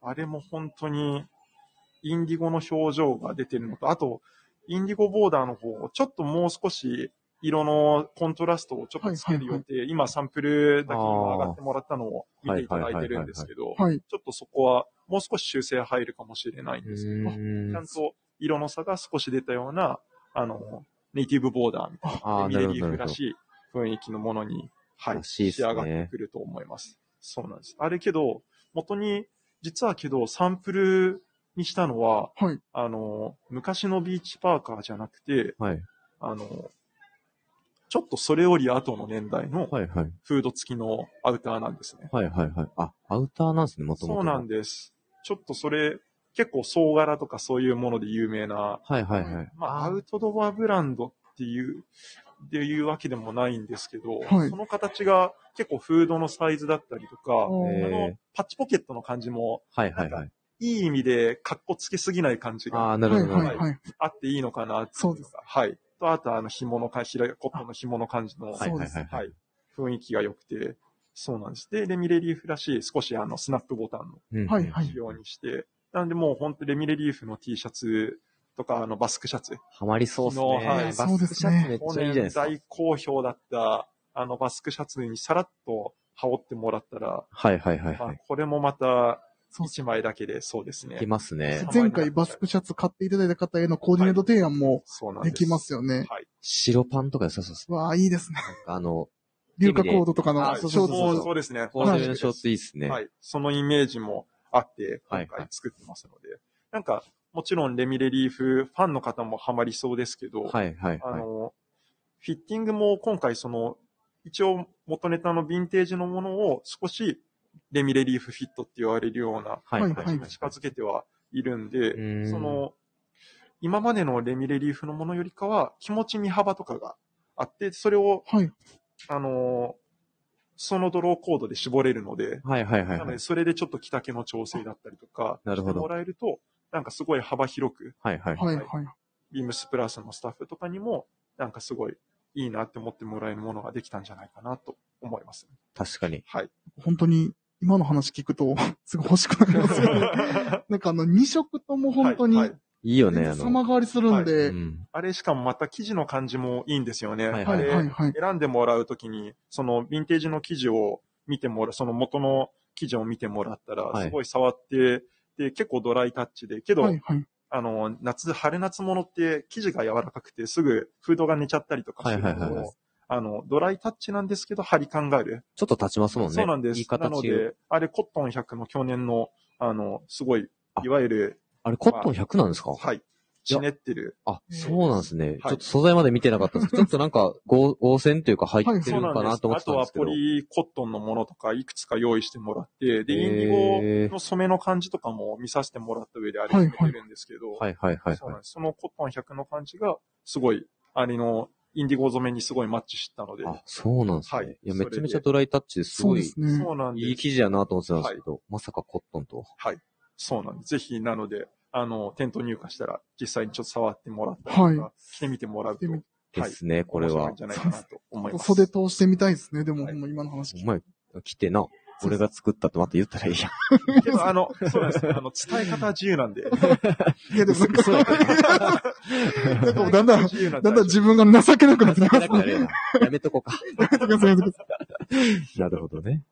[SPEAKER 3] あれも本当に、インディゴの表情が出てるのと、あと、インディゴボーダーの方をちょっともう少し、色のコントラストをちょっとつける予定、今サンプルだけ今上がってもらったのを見ていただいてるんですけど、
[SPEAKER 2] はい。
[SPEAKER 3] ちょっとそこはもう少し修正入るかもしれないんですけど、
[SPEAKER 1] ー
[SPEAKER 3] ち
[SPEAKER 1] ん
[SPEAKER 3] ゃんと色の差が少し出たような、あの、ネイティブボーダーみたい
[SPEAKER 1] あ
[SPEAKER 3] な、
[SPEAKER 1] あ、
[SPEAKER 3] ミ
[SPEAKER 1] な
[SPEAKER 3] レ
[SPEAKER 1] る
[SPEAKER 3] リ
[SPEAKER 1] ほど、
[SPEAKER 3] ー
[SPEAKER 1] なるほ
[SPEAKER 3] フら
[SPEAKER 1] ど。
[SPEAKER 3] しい雰囲気のものに、はい、
[SPEAKER 1] らしいっ
[SPEAKER 3] 仕
[SPEAKER 1] すね
[SPEAKER 3] 上がってくると思います。そうなんです。あれけど、元に、実はけど、サンプルにしたのは、
[SPEAKER 2] はい
[SPEAKER 3] あの、昔のビーチパーカーじゃなくて、
[SPEAKER 1] はい。
[SPEAKER 3] あの、ちょっとそれより後の年代の
[SPEAKER 1] はい、はい。
[SPEAKER 3] フード付きのアウターなんですね。
[SPEAKER 1] はい、はい、はい。あ、アウターなんですね、もともと。
[SPEAKER 3] そうなんです。ちょっとそれ、結構総柄とかそういうもので有名な、
[SPEAKER 1] はい、はい、はい。
[SPEAKER 3] まあ、アウトドアブランドっていう、っていうわけでもないんですけど、
[SPEAKER 2] はい
[SPEAKER 3] その形が結構フードのサイズだったりとか、
[SPEAKER 2] おー
[SPEAKER 1] え
[SPEAKER 3] あ
[SPEAKER 1] ー
[SPEAKER 3] の、パッチポケットの感じも、
[SPEAKER 1] はい、はい、はい。
[SPEAKER 3] いい意味で、かっこつけすぎない感じ
[SPEAKER 1] あ
[SPEAKER 3] が
[SPEAKER 1] あ、なる
[SPEAKER 2] は
[SPEAKER 1] ほ
[SPEAKER 2] い
[SPEAKER 1] ど、なるほど
[SPEAKER 2] はいはい。
[SPEAKER 3] あっていいのかなっていのが
[SPEAKER 2] そうです。
[SPEAKER 3] はい。と、あと、あの、紐のか、ひら、コットンの紐の感じの、
[SPEAKER 1] はい、はい、はい。
[SPEAKER 3] はい。雰囲気が良くて、そうなんです。で、レミレリーフらしい、少しあの、スナップボタンの
[SPEAKER 1] うん
[SPEAKER 2] はいはい
[SPEAKER 3] 仕様にして、なんでもう本当レミレリーフの T シャツとか、あの、バスクシャツ。
[SPEAKER 1] はまりそうですね。
[SPEAKER 3] 昨日はい
[SPEAKER 1] バス
[SPEAKER 2] そうで
[SPEAKER 1] ク
[SPEAKER 2] す
[SPEAKER 1] シ
[SPEAKER 2] ね
[SPEAKER 1] ャツめっ
[SPEAKER 3] 去
[SPEAKER 1] ちゃいいじゃないで
[SPEAKER 3] 年
[SPEAKER 1] すか。
[SPEAKER 3] 大好評だった、あの、バスクシャツにさらっと羽織ってもらったら、
[SPEAKER 1] はいはいはい
[SPEAKER 3] ま
[SPEAKER 1] は
[SPEAKER 3] あ
[SPEAKER 1] い。、
[SPEAKER 3] これもまた、
[SPEAKER 2] そう
[SPEAKER 3] 1枚だけで、そうです
[SPEAKER 1] い
[SPEAKER 3] ね
[SPEAKER 1] け。ますね
[SPEAKER 3] は。い
[SPEAKER 2] 前回バスクシャツ買っていただいた方へのコーディネート提案も
[SPEAKER 3] そうなんで。
[SPEAKER 2] ですきますよね。
[SPEAKER 3] はい。
[SPEAKER 1] 白パンとか良さそうですね。
[SPEAKER 2] わあ、いいですね。
[SPEAKER 1] あの、
[SPEAKER 2] 硫化コードとかの
[SPEAKER 1] あ
[SPEAKER 2] シ
[SPEAKER 1] そうそ
[SPEAKER 2] ョー
[SPEAKER 1] う
[SPEAKER 2] ト
[SPEAKER 1] そう
[SPEAKER 3] もうそうですね。
[SPEAKER 1] コーデのショーツいいっすね。
[SPEAKER 3] はい。そのイメージもあって、
[SPEAKER 1] は
[SPEAKER 3] 今
[SPEAKER 1] い
[SPEAKER 3] 回作ってますので。なんか、もちろんレミレリーフファンの方もハマりそうですけど、
[SPEAKER 1] はいはい
[SPEAKER 3] あ
[SPEAKER 1] はい。
[SPEAKER 3] の、フィッティングも今回その、一応元ネタのヴィンテージのものを少しレミレリーフフィットって言われるような
[SPEAKER 1] はい
[SPEAKER 2] は
[SPEAKER 1] はいい
[SPEAKER 2] は
[SPEAKER 1] はいい
[SPEAKER 3] 形に近づけてはいるんで、
[SPEAKER 1] うん
[SPEAKER 3] その、今までのレミレリーフのものよりかは気持ち身幅とかがあって、それを、
[SPEAKER 2] はい。
[SPEAKER 3] あの、そのドローコードで絞れるので、
[SPEAKER 1] はいはいはい
[SPEAKER 3] なの
[SPEAKER 1] は
[SPEAKER 3] で、
[SPEAKER 1] い。
[SPEAKER 3] それでちょっと着丈の調整だったりとか、
[SPEAKER 1] なるほど
[SPEAKER 3] してもらえると、なんかすごい幅広く、
[SPEAKER 1] はいはい。
[SPEAKER 2] はいはい。
[SPEAKER 3] ビームスプラスのスタッフとかにも、なんかすごいいいなって思ってもらえるものができたんじゃないかなと思います。
[SPEAKER 1] 確かに。
[SPEAKER 3] はい。
[SPEAKER 2] 本当に今の話聞くと すごい欲しくなりますよね。なんかあの、2色とも 本当に
[SPEAKER 3] はいはい
[SPEAKER 1] いいよね、あ
[SPEAKER 2] 様
[SPEAKER 1] の。
[SPEAKER 2] 変わりするん
[SPEAKER 1] う
[SPEAKER 2] で、
[SPEAKER 1] ん。
[SPEAKER 3] あれしかもまた生地の感じもいいんですよね。
[SPEAKER 1] はい
[SPEAKER 2] はい
[SPEAKER 3] あ
[SPEAKER 2] はい
[SPEAKER 3] れ
[SPEAKER 2] はい。
[SPEAKER 3] 選んでもらうときに、そのヴィンテージの生地を見てもらう、その元の生地を見てもらったら、
[SPEAKER 1] はい
[SPEAKER 3] すごい触って、で、結構ドライタッチで、けど、
[SPEAKER 2] はいはい。
[SPEAKER 3] あの、夏、春夏物って生地が柔らかくてすぐフードが寝ちゃったりとかするの
[SPEAKER 1] は
[SPEAKER 3] を、
[SPEAKER 1] いはいはいはい
[SPEAKER 3] あの、ドライタッチなんですけど、張り感がある。
[SPEAKER 1] ちょっと立ちますもんね。
[SPEAKER 3] そうなんです。
[SPEAKER 1] いい
[SPEAKER 3] なの
[SPEAKER 1] 形。
[SPEAKER 3] で、あれコットン100の去年の、あの、すごい、
[SPEAKER 1] あ
[SPEAKER 3] いわゆる、
[SPEAKER 1] あれ、コットン100なんですか
[SPEAKER 3] はい、ひねってる。
[SPEAKER 1] あ、そうなんですね。ち
[SPEAKER 3] はい
[SPEAKER 1] ょっと素材まで見てなかったんです けど、ちょっとなんか合合成というか入
[SPEAKER 2] はい
[SPEAKER 1] って
[SPEAKER 3] そ
[SPEAKER 1] る
[SPEAKER 3] うな
[SPEAKER 1] のか
[SPEAKER 3] んで
[SPEAKER 1] な
[SPEAKER 3] す
[SPEAKER 1] と。思っ
[SPEAKER 3] あ
[SPEAKER 1] てた
[SPEAKER 3] と
[SPEAKER 1] んで
[SPEAKER 3] は
[SPEAKER 1] すけど
[SPEAKER 3] ポ。リコットンのものとかいくつか用意してもらって、で、インデ
[SPEAKER 1] へ
[SPEAKER 3] ィ
[SPEAKER 1] ー
[SPEAKER 3] ゴの染めの感じとかも見させてもらった上であれ決めてるんですけど、
[SPEAKER 1] はいはいはい
[SPEAKER 3] そう
[SPEAKER 1] は
[SPEAKER 3] ないん。です。そのコットン100の感じが、すごい、あれの、インディゴ染めにすごいマッチしたので、
[SPEAKER 1] あ、そうなんです
[SPEAKER 3] はい
[SPEAKER 1] ね。いや、
[SPEAKER 3] それ
[SPEAKER 1] め
[SPEAKER 3] で
[SPEAKER 1] ちゃめちゃドライタッチです
[SPEAKER 2] そう
[SPEAKER 1] ご
[SPEAKER 2] で
[SPEAKER 1] い
[SPEAKER 2] すね。
[SPEAKER 3] そうなんです。
[SPEAKER 1] いい生地やなと思ってたんですけど、まさかコットンとは。
[SPEAKER 3] そうなんです。ぜひ、なので、あの、店頭入荷したら、実際にちょっと触ってもらったりとか、
[SPEAKER 2] はい
[SPEAKER 3] 着てみてもらう
[SPEAKER 2] 着
[SPEAKER 3] と、
[SPEAKER 2] てみ
[SPEAKER 1] で
[SPEAKER 3] はい。
[SPEAKER 1] すね、これ
[SPEAKER 3] 面白い
[SPEAKER 1] は
[SPEAKER 3] ん。じゃないかなと思います。
[SPEAKER 2] 袖通してみたいですね。でも、
[SPEAKER 3] はい
[SPEAKER 2] もう今の話聞
[SPEAKER 1] お
[SPEAKER 2] いて。
[SPEAKER 1] 前、来てな。俺が作ったとまた言ったらいいやん。
[SPEAKER 3] け ど、あの、そうなんです。あの、伝え方は自由な んで。
[SPEAKER 2] いや、でもなんか、
[SPEAKER 1] そうだ
[SPEAKER 2] なんかもう だんだん、
[SPEAKER 3] 自由なんで
[SPEAKER 2] だんだん自分が情けなくなってきますね。
[SPEAKER 1] やめとこうか。
[SPEAKER 2] やめてください、やめてくださ い。
[SPEAKER 1] なるほどね。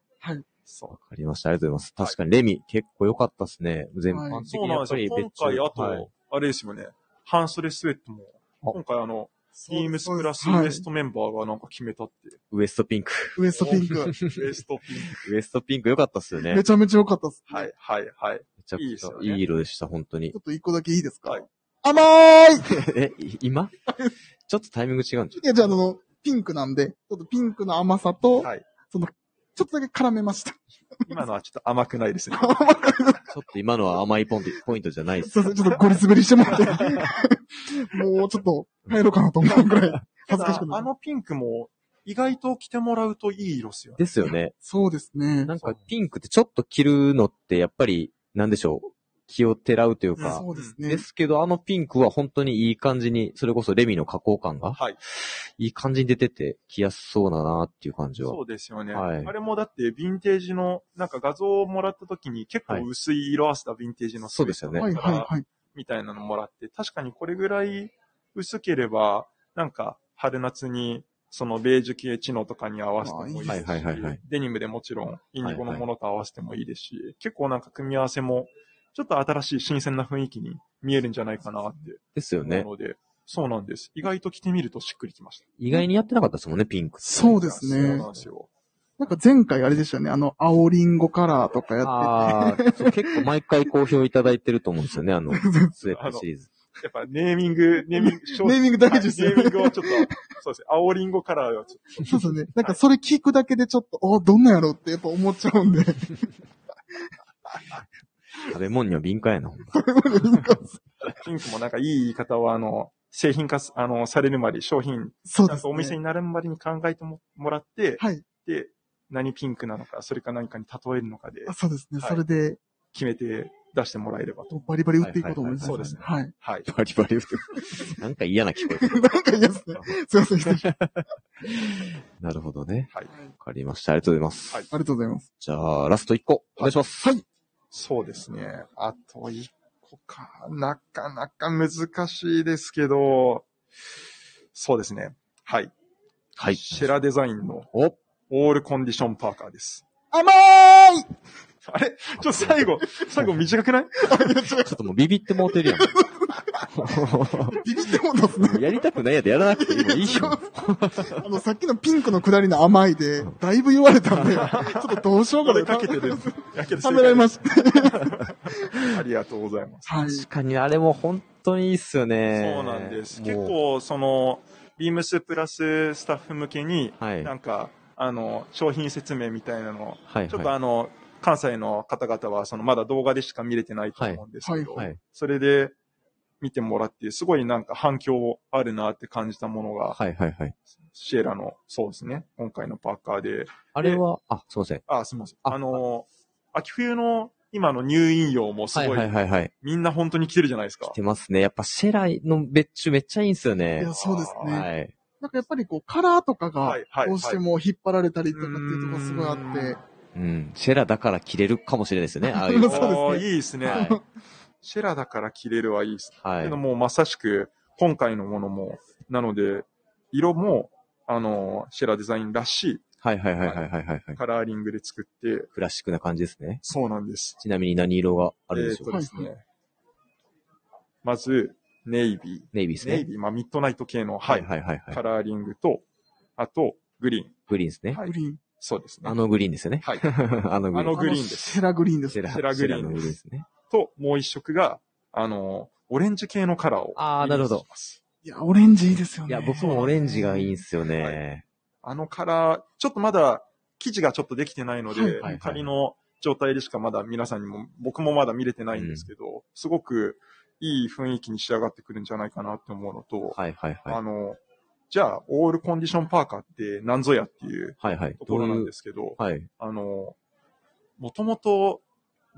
[SPEAKER 3] そ
[SPEAKER 1] わかりました。ありがとうございます。確かにレミ、結構良かったですね。全般
[SPEAKER 3] う。
[SPEAKER 1] 的
[SPEAKER 3] そう
[SPEAKER 1] に
[SPEAKER 3] な
[SPEAKER 1] や
[SPEAKER 3] んで
[SPEAKER 1] っ
[SPEAKER 3] す
[SPEAKER 1] ぱり
[SPEAKER 3] よ。今
[SPEAKER 1] 別
[SPEAKER 3] 回、あと、
[SPEAKER 1] はい
[SPEAKER 3] あれですよね。半袖スウェットも、
[SPEAKER 1] あ
[SPEAKER 3] 今回あの、ビームスプラス
[SPEAKER 2] はい
[SPEAKER 3] ウエストメンバーがなんか決めたって。
[SPEAKER 1] ウエストピンク。
[SPEAKER 2] ウエストピンク。
[SPEAKER 3] ウエストピン
[SPEAKER 1] ウエストピンク良かったっすよ ね。め
[SPEAKER 2] めちゃめちゃ良かったっす。
[SPEAKER 3] ク。はい、はい、はい。
[SPEAKER 1] ちゃ
[SPEAKER 3] い
[SPEAKER 1] く
[SPEAKER 3] いで
[SPEAKER 1] ち
[SPEAKER 3] す
[SPEAKER 1] ゃ
[SPEAKER 3] よ
[SPEAKER 1] い
[SPEAKER 3] ね
[SPEAKER 1] い色でした、本当に
[SPEAKER 2] ちょ。っと一個だけいいですか、
[SPEAKER 3] はい
[SPEAKER 2] 甘ーい
[SPEAKER 1] え、い今ちょっとタイミング違うんじ
[SPEAKER 2] いや、じゃあ、あの、ピンクなんで、ちょっとピンクの甘さと、
[SPEAKER 3] はい
[SPEAKER 2] その、ちょっとだけ絡めました。
[SPEAKER 3] 今のはちょっと甘くないですね。
[SPEAKER 1] ゃん。ちょっと今のは甘いポンポイントじゃないです。
[SPEAKER 2] すいません、ちょっとゴリ滑りしてもらって。もうちょっと、入ろうかなと思うぐらい、 恥ずかしく
[SPEAKER 3] ただ
[SPEAKER 2] な
[SPEAKER 3] あ
[SPEAKER 2] る。
[SPEAKER 3] のピンクも、意外と着てもらうといい色っすよね。
[SPEAKER 1] ですよね。
[SPEAKER 2] そうですね。
[SPEAKER 1] なんかピンクってちょっと着るのってやっぱり、なんでしょう。気をてらうというか。
[SPEAKER 2] そうです
[SPEAKER 1] で
[SPEAKER 2] ね。
[SPEAKER 1] すけど、あのピンクは本当にいい感じに、それこそレミの加工感が、
[SPEAKER 3] はい。
[SPEAKER 1] いい感じに出てて、着やすそうだなっていう感じは。
[SPEAKER 3] そうですよね。
[SPEAKER 1] はい
[SPEAKER 3] あれもだって、ヴィンテージの、なんか画像をもらった時に結構薄い色合わせたヴィンテージのスウェット
[SPEAKER 1] そう
[SPEAKER 2] は
[SPEAKER 1] です
[SPEAKER 2] い
[SPEAKER 3] だ
[SPEAKER 1] よ
[SPEAKER 3] か
[SPEAKER 2] はい
[SPEAKER 3] ら
[SPEAKER 2] はい。
[SPEAKER 3] みたいなのもらって、確かにこれぐらい薄ければ、なんか春夏に、そのベージュ系知能とかに合わせてもいいですし、
[SPEAKER 1] はいはいはいはい
[SPEAKER 3] デニムでもちろんインディゴのものと合わせてもいいですし、結構なんか組み合わせも、ちょっと新しい新鮮な雰囲気に見えるんじゃないかなって
[SPEAKER 1] ですよ
[SPEAKER 3] 思う
[SPEAKER 1] ね。
[SPEAKER 3] ので、そうなんです。意外と着てみるとしっくりきました。
[SPEAKER 1] 意外にやってなかったですもんね、ピンク。
[SPEAKER 2] そうです
[SPEAKER 3] いやそう
[SPEAKER 2] ね
[SPEAKER 3] な。んですよ。
[SPEAKER 2] なんか前回あれでしたよね。あの、青リンゴカラーとかやっ
[SPEAKER 1] ああ、そう結構毎回好評いただいてると思うんですよね、あの、スウェットシリーズ。
[SPEAKER 3] やっぱネーミング、ネーミング、
[SPEAKER 2] て、ネーミングだけです
[SPEAKER 3] ネ
[SPEAKER 2] よ
[SPEAKER 3] ーミ
[SPEAKER 2] ね
[SPEAKER 3] ン。グをちょっと、そうですね、青リンゴカラーをちょっ
[SPEAKER 2] そうですね。なんかそれ聞くだけでちょっと、おどんなやろうってやっぱ思っちゃうん で。
[SPEAKER 1] 食べ物には敏感やな、ほんま
[SPEAKER 3] と、ピンクもなんかいい言い方は、あの、製品化す、あの、されるまで商品、
[SPEAKER 2] そう
[SPEAKER 3] ち
[SPEAKER 2] で
[SPEAKER 3] ゃん
[SPEAKER 2] す
[SPEAKER 3] と
[SPEAKER 2] ね。
[SPEAKER 3] お店になるまでに考えてももらって、
[SPEAKER 2] はい。
[SPEAKER 3] で、何ピンクなのか、それか何かに例えるのかで
[SPEAKER 2] あそうですね。
[SPEAKER 3] はい
[SPEAKER 2] それで、
[SPEAKER 3] 決めて出してもらえればと。
[SPEAKER 2] バリバリ打っていこうと思います。
[SPEAKER 3] はいはいはいそうですね
[SPEAKER 2] はい。
[SPEAKER 3] はい。
[SPEAKER 1] バリバリ振ってなんか嫌な聞こえてる。
[SPEAKER 2] なんか嫌ですね。すいません、失礼しました。
[SPEAKER 1] なるほどね。
[SPEAKER 3] はい。
[SPEAKER 2] はい
[SPEAKER 1] わかりました。ありがとうございます。
[SPEAKER 3] はい
[SPEAKER 2] ありがとうござい ます。
[SPEAKER 1] じゃあ、ラスト1個、お願いします。はい。
[SPEAKER 3] そうですね。あと一個か。なかなか難しいですけど、そうですね。はい。
[SPEAKER 1] はい。
[SPEAKER 3] シェラデザインの
[SPEAKER 1] お
[SPEAKER 3] オールコンディションパーカーです。
[SPEAKER 2] 甘ーい
[SPEAKER 3] あれちょ、最 後、最後短くない
[SPEAKER 1] ちょっともうビビってもうてるやん。
[SPEAKER 2] ビビってもんですね。
[SPEAKER 1] やりたくないやでやらなくていいもんいい よ。
[SPEAKER 2] あの、さっきのピンクの下りの甘いで、だいぶ言われたんで、ちょっとどうしよう
[SPEAKER 3] こ
[SPEAKER 2] か
[SPEAKER 3] れ
[SPEAKER 2] と
[SPEAKER 3] かけて る。やけど
[SPEAKER 2] ためられました。
[SPEAKER 3] ありがとうございます。
[SPEAKER 2] はい。
[SPEAKER 1] 確かにあれも本当にいいっすよね。
[SPEAKER 3] そうなんです。
[SPEAKER 1] も
[SPEAKER 3] 結
[SPEAKER 1] う。
[SPEAKER 3] 構、その、ビームスプラススタッフ向けに、
[SPEAKER 1] はい。
[SPEAKER 3] な
[SPEAKER 1] はい
[SPEAKER 3] んか、あの、商品説明みたいなのを
[SPEAKER 1] はい。
[SPEAKER 3] ちょっとあの、関西の方々は、そのまだ動画でしか見れてないと思うんですけど、
[SPEAKER 2] はい
[SPEAKER 1] はい。
[SPEAKER 3] それで見てもらって、すごいなんか反響あるなって感じたものが、
[SPEAKER 1] はいはいはい。
[SPEAKER 3] シエラの、そうですね、今回のパーカーで、
[SPEAKER 1] あれは、あ、すいません。
[SPEAKER 3] あ、すみません。
[SPEAKER 1] あ
[SPEAKER 3] あの、秋冬の今の入院用もす
[SPEAKER 1] はい
[SPEAKER 3] ごい
[SPEAKER 1] は、いはいはい。
[SPEAKER 3] みんな本当に来てるじゃないですか
[SPEAKER 1] 来。てますね。やっぱシェラの別注めっちゃいいんすよ
[SPEAKER 2] い
[SPEAKER 1] ね
[SPEAKER 2] や、。そうですね。
[SPEAKER 1] はい。
[SPEAKER 2] なんかやっぱりこう、カラーとかが
[SPEAKER 3] はい、はい
[SPEAKER 2] どうしても引っ張られたりとかっていうとこすごいあっ
[SPEAKER 3] うー
[SPEAKER 2] て
[SPEAKER 3] ん、
[SPEAKER 1] うん。シェラだから着れるかもしれないですよね。ああい。
[SPEAKER 2] そうですね
[SPEAKER 3] おーいいですね。
[SPEAKER 1] はい
[SPEAKER 3] シェラだから着れるはいいですね
[SPEAKER 1] は
[SPEAKER 3] け
[SPEAKER 1] い
[SPEAKER 3] ど。もうまさしく今回のものも、なので、色も、あの、シェラデザインらし
[SPEAKER 1] はいはいはいはいはいはいはい
[SPEAKER 3] い。カラーリングで作って、
[SPEAKER 1] クラシックな感じですね。
[SPEAKER 3] そうなんです。
[SPEAKER 1] ちなみに何色があるんでしょう
[SPEAKER 3] えー
[SPEAKER 1] か
[SPEAKER 3] とですね。まず、ネイビー。
[SPEAKER 1] ネイビーです
[SPEAKER 3] ネイ
[SPEAKER 1] ね。
[SPEAKER 3] ビー、まあミッドナイト系の、はい、
[SPEAKER 1] はいはいはい
[SPEAKER 3] カ。ラーリングと、あと、グリーン。
[SPEAKER 1] グリーンですね。
[SPEAKER 3] はい
[SPEAKER 2] グリーン。
[SPEAKER 3] そうですね。
[SPEAKER 1] あ、のグリーンですよね。
[SPEAKER 3] はい。
[SPEAKER 1] あのグ
[SPEAKER 3] あ
[SPEAKER 1] リー
[SPEAKER 3] の
[SPEAKER 1] ン。
[SPEAKER 3] グリーン
[SPEAKER 2] あの
[SPEAKER 3] です
[SPEAKER 2] シェラグリーンです。
[SPEAKER 1] シェラ
[SPEAKER 3] シェラグリーン
[SPEAKER 1] シェのグリーンですね。
[SPEAKER 3] と、もう一色が、あの、オレンジ系のカラーを。
[SPEAKER 1] あーなるほど
[SPEAKER 3] します。
[SPEAKER 2] いや、オレンジいいですよ
[SPEAKER 1] い
[SPEAKER 2] ね。
[SPEAKER 1] や、僕もオレンジがいいんすよ
[SPEAKER 3] は
[SPEAKER 1] ね。
[SPEAKER 3] あのカラー、ちょっとまだ生地がちょっとできてないので、
[SPEAKER 2] はいはい
[SPEAKER 1] はい
[SPEAKER 3] 仮の状態でしかまだ皆さんにも、僕もまだ見れてないんですけど、すごくいい雰囲気に仕上がってくるんじゃないかなって思うのと、
[SPEAKER 1] はいはい
[SPEAKER 3] あ
[SPEAKER 1] はい。
[SPEAKER 3] の、じゃあ、オールコンディションパーカーって何ぞやっていう
[SPEAKER 1] はいはい。
[SPEAKER 3] と
[SPEAKER 1] ど
[SPEAKER 3] ころ
[SPEAKER 1] う
[SPEAKER 3] ないん
[SPEAKER 1] う
[SPEAKER 3] で、すけど、
[SPEAKER 1] はい。
[SPEAKER 3] あの、もともと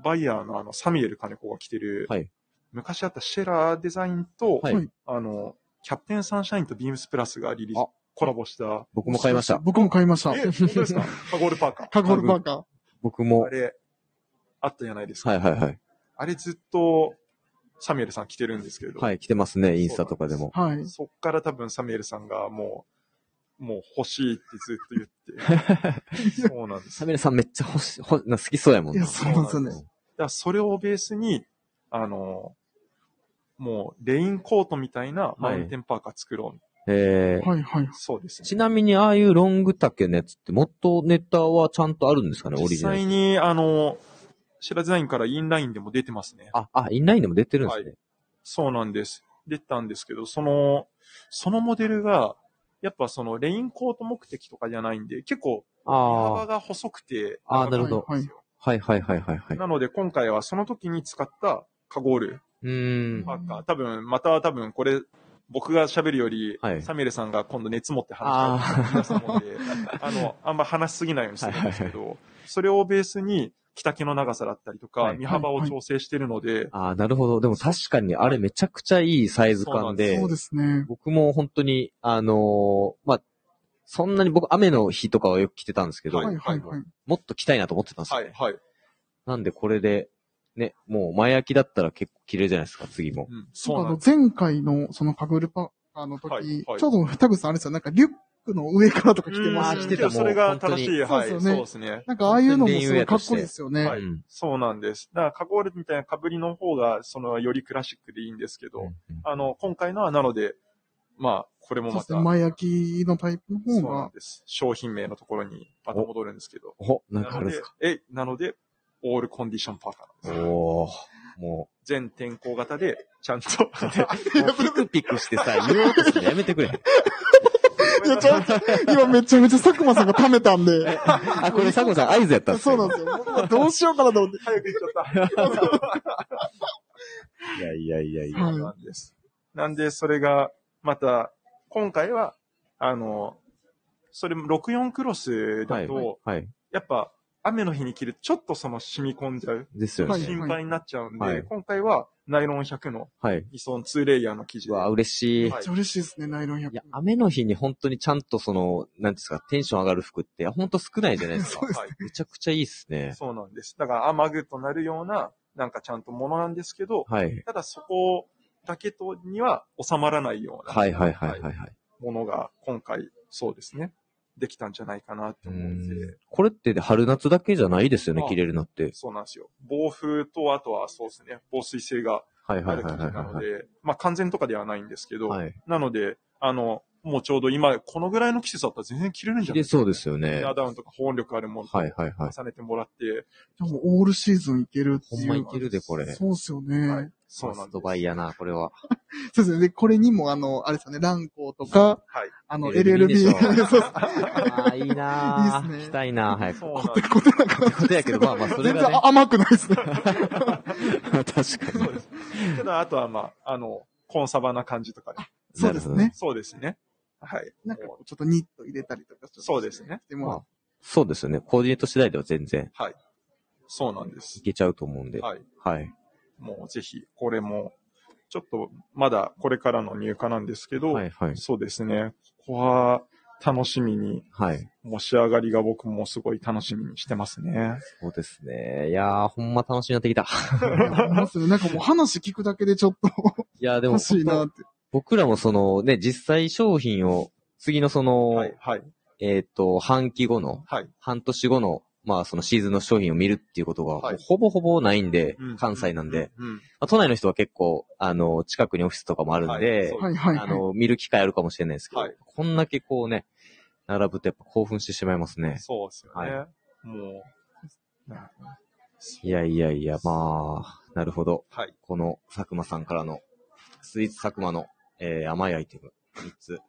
[SPEAKER 3] バイヤーのあのサミュエル金子が着てる、
[SPEAKER 1] はい
[SPEAKER 3] 昔あったシェラーデザインと、
[SPEAKER 1] はいい。
[SPEAKER 3] あの、キャプテンサンシャインとビームスプラスがリリース
[SPEAKER 1] あ、
[SPEAKER 3] コラボした、
[SPEAKER 1] 僕も買いました。
[SPEAKER 2] 僕も買いました。
[SPEAKER 3] え、本当ですかカゴールパーカー。
[SPEAKER 2] カゴールパーカー。
[SPEAKER 1] 僕も。
[SPEAKER 3] あれ、あったじゃないですか。
[SPEAKER 1] はいはいはい。
[SPEAKER 3] あれずっと、サミュエルさん着てるんですけれど、
[SPEAKER 1] はい、来てますね。インスタとかでも。
[SPEAKER 2] はい。
[SPEAKER 3] そっから多分サミュエルさんがもう、もう欲しいってずっと言 って。そうなんです。
[SPEAKER 1] サ
[SPEAKER 3] だ
[SPEAKER 1] メルさんめっちゃ欲し、ほな好きそうやもん
[SPEAKER 2] いや、
[SPEAKER 1] な。
[SPEAKER 2] そうなんですよね。
[SPEAKER 3] からそれをベースに、あの、もう、レインコートみたいなマウンテンパーカー作ろう。
[SPEAKER 1] えー
[SPEAKER 2] はいはい。
[SPEAKER 3] そうです
[SPEAKER 1] ち
[SPEAKER 3] ね。
[SPEAKER 1] なみにああいうロング丈のやつって、もっとネタはちゃんとあるんですかね、オ
[SPEAKER 3] 実
[SPEAKER 1] リジナル
[SPEAKER 3] 際。に、あの、シェラデザインからインラインでも出てますね。
[SPEAKER 1] あ、あ、インラインでも出てるんですね。
[SPEAKER 3] そうなんです。出たんですけど、その、そのモデルが、やっぱそのレインコート目的とかじゃないんで、結構、
[SPEAKER 1] あ
[SPEAKER 3] 幅が細くて、
[SPEAKER 1] あー
[SPEAKER 3] 長
[SPEAKER 1] なるほ
[SPEAKER 3] か
[SPEAKER 1] ど
[SPEAKER 3] ったんですよ
[SPEAKER 1] あ。はいはいはいはいはい。
[SPEAKER 3] なので今回はその時に使ったカゴール
[SPEAKER 1] うーん。
[SPEAKER 3] パーカー、多分、また多分これ、僕が喋るより、
[SPEAKER 1] はい
[SPEAKER 3] サミュエルさんが今度熱持って
[SPEAKER 1] あ
[SPEAKER 3] 話し出す もんで、あの、あんま話しすぎないようにするんですけど、それをベースに、着丈の長さだったりと
[SPEAKER 1] は
[SPEAKER 3] か、
[SPEAKER 1] い
[SPEAKER 3] 身幅を調整してるので、
[SPEAKER 1] ああ、なるほど。でも確かにあれめちゃくちゃいいサイズ感で
[SPEAKER 2] そう、ですね。
[SPEAKER 1] 僕も本当に、あのーまあ、そんなに僕雨の日とかはよく着てたんですけど、
[SPEAKER 2] はいはいはい。
[SPEAKER 1] もっと着たいなと思ってたんですよ、
[SPEAKER 3] は
[SPEAKER 1] ね
[SPEAKER 3] い、はい。
[SPEAKER 1] なんでこれで、ね、もう前焼きだったら結構着れるじゃないですか、次も。
[SPEAKER 3] うん、
[SPEAKER 2] そ
[SPEAKER 3] そうう
[SPEAKER 2] あ
[SPEAKER 3] なん
[SPEAKER 2] の
[SPEAKER 3] です。
[SPEAKER 2] 前回のそのカゴールパーあの時、
[SPEAKER 3] はいはい
[SPEAKER 2] ちょうど田口さんあれですよ、なんかリュックの上からとか着てま
[SPEAKER 4] あ
[SPEAKER 2] した
[SPEAKER 3] うん
[SPEAKER 2] よ
[SPEAKER 4] ー
[SPEAKER 2] ね
[SPEAKER 4] 着てたもん
[SPEAKER 3] それが正しい、
[SPEAKER 2] 本当
[SPEAKER 3] はい、
[SPEAKER 2] に
[SPEAKER 3] そ
[SPEAKER 2] そううですよね
[SPEAKER 3] ですね。
[SPEAKER 2] なんかああいうのもすごいかっこいいですよね。
[SPEAKER 3] は
[SPEAKER 2] はいい。
[SPEAKER 4] うん
[SPEAKER 3] そうなんです。だから、カゴールみたいな被りの方が、その、よりクラシックでいいんですけど、
[SPEAKER 4] うん
[SPEAKER 3] あの、今回のはなので、まあ、これも
[SPEAKER 2] そう
[SPEAKER 3] ま
[SPEAKER 2] で
[SPEAKER 3] た、
[SPEAKER 2] すね。前焼きのタイプの
[SPEAKER 3] そう
[SPEAKER 2] 方
[SPEAKER 3] なん
[SPEAKER 2] が、
[SPEAKER 3] です。商品名のところにまた戻るんですけど。
[SPEAKER 1] お、なんか
[SPEAKER 3] な
[SPEAKER 1] あ
[SPEAKER 3] の
[SPEAKER 1] るんで
[SPEAKER 3] です
[SPEAKER 1] か、
[SPEAKER 3] え、なので、オールコンディションパーカーなんです。
[SPEAKER 1] おおも
[SPEAKER 3] 全天候型で、ち ゃんと。
[SPEAKER 1] う、もうピクピクしてさ、言おうとするのやめてく れ。
[SPEAKER 2] いや、ちょっと、今めちゃめちゃ佐久間さんが溜めたんで、
[SPEAKER 1] あ、これ佐古さん合図やったんです
[SPEAKER 2] そ
[SPEAKER 1] ね
[SPEAKER 2] うなんですよ。もうどうしようかなと思って。
[SPEAKER 3] 早く言っちゃった。
[SPEAKER 1] いやいやいやいや。
[SPEAKER 2] はい
[SPEAKER 3] なんです。 なんで、それが、また、今回は、あの、それも64クロス
[SPEAKER 1] は
[SPEAKER 3] だ
[SPEAKER 1] い
[SPEAKER 3] と、。
[SPEAKER 1] はい。
[SPEAKER 3] やっぱ、雨の日に着るとちょっとその染み込んじゃう。
[SPEAKER 1] ですよ
[SPEAKER 2] はい
[SPEAKER 1] ね。
[SPEAKER 3] 心配になっちゃうんで、
[SPEAKER 1] はい
[SPEAKER 3] 今回はナイロン100の
[SPEAKER 1] はい。
[SPEAKER 3] 偽装2レイヤーの生地
[SPEAKER 1] う
[SPEAKER 3] で。
[SPEAKER 1] わ、嬉しい。
[SPEAKER 3] はい
[SPEAKER 2] めっちゃ嬉しいですね、ナイロン100
[SPEAKER 1] いや、雨の日に本当にちゃんとその、なんていうんですか、テンション上がる服って、本当少ないじゃない ですか。
[SPEAKER 2] そうです
[SPEAKER 3] はい
[SPEAKER 1] めちゃくちゃいいっすね。
[SPEAKER 3] そうなんです。だから雨具となるような、なんかちゃんとものなんですけど、
[SPEAKER 1] はい。
[SPEAKER 3] ただそこだけとには収まらないような
[SPEAKER 1] はいはいはいはいはい。
[SPEAKER 3] ものが今回、そうですね、できたんじゃないかなって
[SPEAKER 1] う
[SPEAKER 3] 思うん
[SPEAKER 1] ん
[SPEAKER 3] で、
[SPEAKER 1] これって春夏だけじゃないですよね
[SPEAKER 3] あ、
[SPEAKER 1] 着れるのって。
[SPEAKER 3] そうなんですよ。防風と、あとはそうですね、防水性が
[SPEAKER 1] はい
[SPEAKER 3] あ
[SPEAKER 1] はい
[SPEAKER 3] る
[SPEAKER 1] は
[SPEAKER 3] 生
[SPEAKER 1] い
[SPEAKER 3] 地
[SPEAKER 1] はい
[SPEAKER 3] なの
[SPEAKER 1] はい。
[SPEAKER 3] で、まあ完全とかではないんですけど、
[SPEAKER 1] はい。
[SPEAKER 3] なので、あの、もうちょうど今、このぐらいの季節だったら全然着れるんじ
[SPEAKER 1] 着
[SPEAKER 3] ゃない
[SPEAKER 1] れそうですよね。
[SPEAKER 3] インナー
[SPEAKER 1] は
[SPEAKER 3] ダウンとか保温力あるものと
[SPEAKER 1] いはいはい。
[SPEAKER 3] 重ねてもらって、
[SPEAKER 2] でもオールシーズンいけるって
[SPEAKER 1] ほん
[SPEAKER 2] い。
[SPEAKER 1] まいうけるで、これ。
[SPEAKER 2] そうですよね。
[SPEAKER 3] はいそうなん
[SPEAKER 1] マ
[SPEAKER 3] で
[SPEAKER 1] ス
[SPEAKER 3] す
[SPEAKER 1] ト。バイやな、これは。
[SPEAKER 2] そうですね。で、これにも、あの、あれですよね、ランコーとか、
[SPEAKER 3] はい。
[SPEAKER 2] あの、
[SPEAKER 1] LLB
[SPEAKER 2] LLB
[SPEAKER 1] でしょ。
[SPEAKER 2] そうです
[SPEAKER 1] ああ、いいなぁ。
[SPEAKER 2] いいっすね
[SPEAKER 1] 着た いなぁ、早く。
[SPEAKER 3] そうなん
[SPEAKER 2] こ
[SPEAKER 3] で
[SPEAKER 2] てこてなくなっちゃうん
[SPEAKER 1] こと
[SPEAKER 2] で
[SPEAKER 1] や
[SPEAKER 2] すけ
[SPEAKER 1] けど、
[SPEAKER 2] ど、
[SPEAKER 1] まあまあ、それ
[SPEAKER 2] 全然
[SPEAKER 1] がね。
[SPEAKER 2] あ甘くないですね。
[SPEAKER 1] 確か
[SPEAKER 3] す。そうです。ただ、あとはまあ、あの、コンサバな感じとかね。
[SPEAKER 1] に。
[SPEAKER 2] そうです
[SPEAKER 1] なるほど
[SPEAKER 2] ね。
[SPEAKER 3] そうですね。はい。
[SPEAKER 2] なんか、ちょっとニット入れたりとか。
[SPEAKER 3] そうですね。
[SPEAKER 2] でも、
[SPEAKER 1] そうですよね。コーディネート次第では全然
[SPEAKER 3] そうなんです
[SPEAKER 1] い。けちゃうと思うんで。
[SPEAKER 3] はい。
[SPEAKER 1] はい。
[SPEAKER 3] もうぜひ、これも、ちょっと、まだこれからの入荷なんですけど、
[SPEAKER 1] はいはい。
[SPEAKER 3] そうですね。ここは、楽しみに、
[SPEAKER 1] はい。
[SPEAKER 3] もう仕上がりが僕もすごい楽しみにしてますね。
[SPEAKER 1] そうですね。いやー、ほんま楽しみになってきた。
[SPEAKER 2] いや思いますねなんかもう話聞くだけでちょっと
[SPEAKER 1] いやー、でも
[SPEAKER 2] 欲、しいなって。
[SPEAKER 1] 僕らもその、ね、実際商品を、次のその、
[SPEAKER 3] はい。はい。
[SPEAKER 1] えっ、と、半期後の、
[SPEAKER 3] はい。
[SPEAKER 1] 半年後の、まあ、そのシーズンの商品を見るっていうことが、
[SPEAKER 3] はい
[SPEAKER 1] もうほぼほぼないんで、
[SPEAKER 3] う
[SPEAKER 1] 関西なんで、。
[SPEAKER 3] うん。
[SPEAKER 1] まあ都内の人は結構、あの、近くにオフィスとかもあるん
[SPEAKER 3] はい
[SPEAKER 1] で、
[SPEAKER 3] そう
[SPEAKER 2] はいはい
[SPEAKER 1] あ
[SPEAKER 2] はい。
[SPEAKER 1] の、見る機会あるかもしれないですけど、
[SPEAKER 3] はい
[SPEAKER 1] こんだけこうね、並ぶとやっぱ興奮してしまいますね。
[SPEAKER 3] そうですよね。
[SPEAKER 1] は
[SPEAKER 3] もう、な、
[SPEAKER 1] いやいやいや、まあ、なるほど。
[SPEAKER 3] はい。
[SPEAKER 1] この佐久間さんからの、スイーツ佐久間の、えー、甘いアイテム、3つ、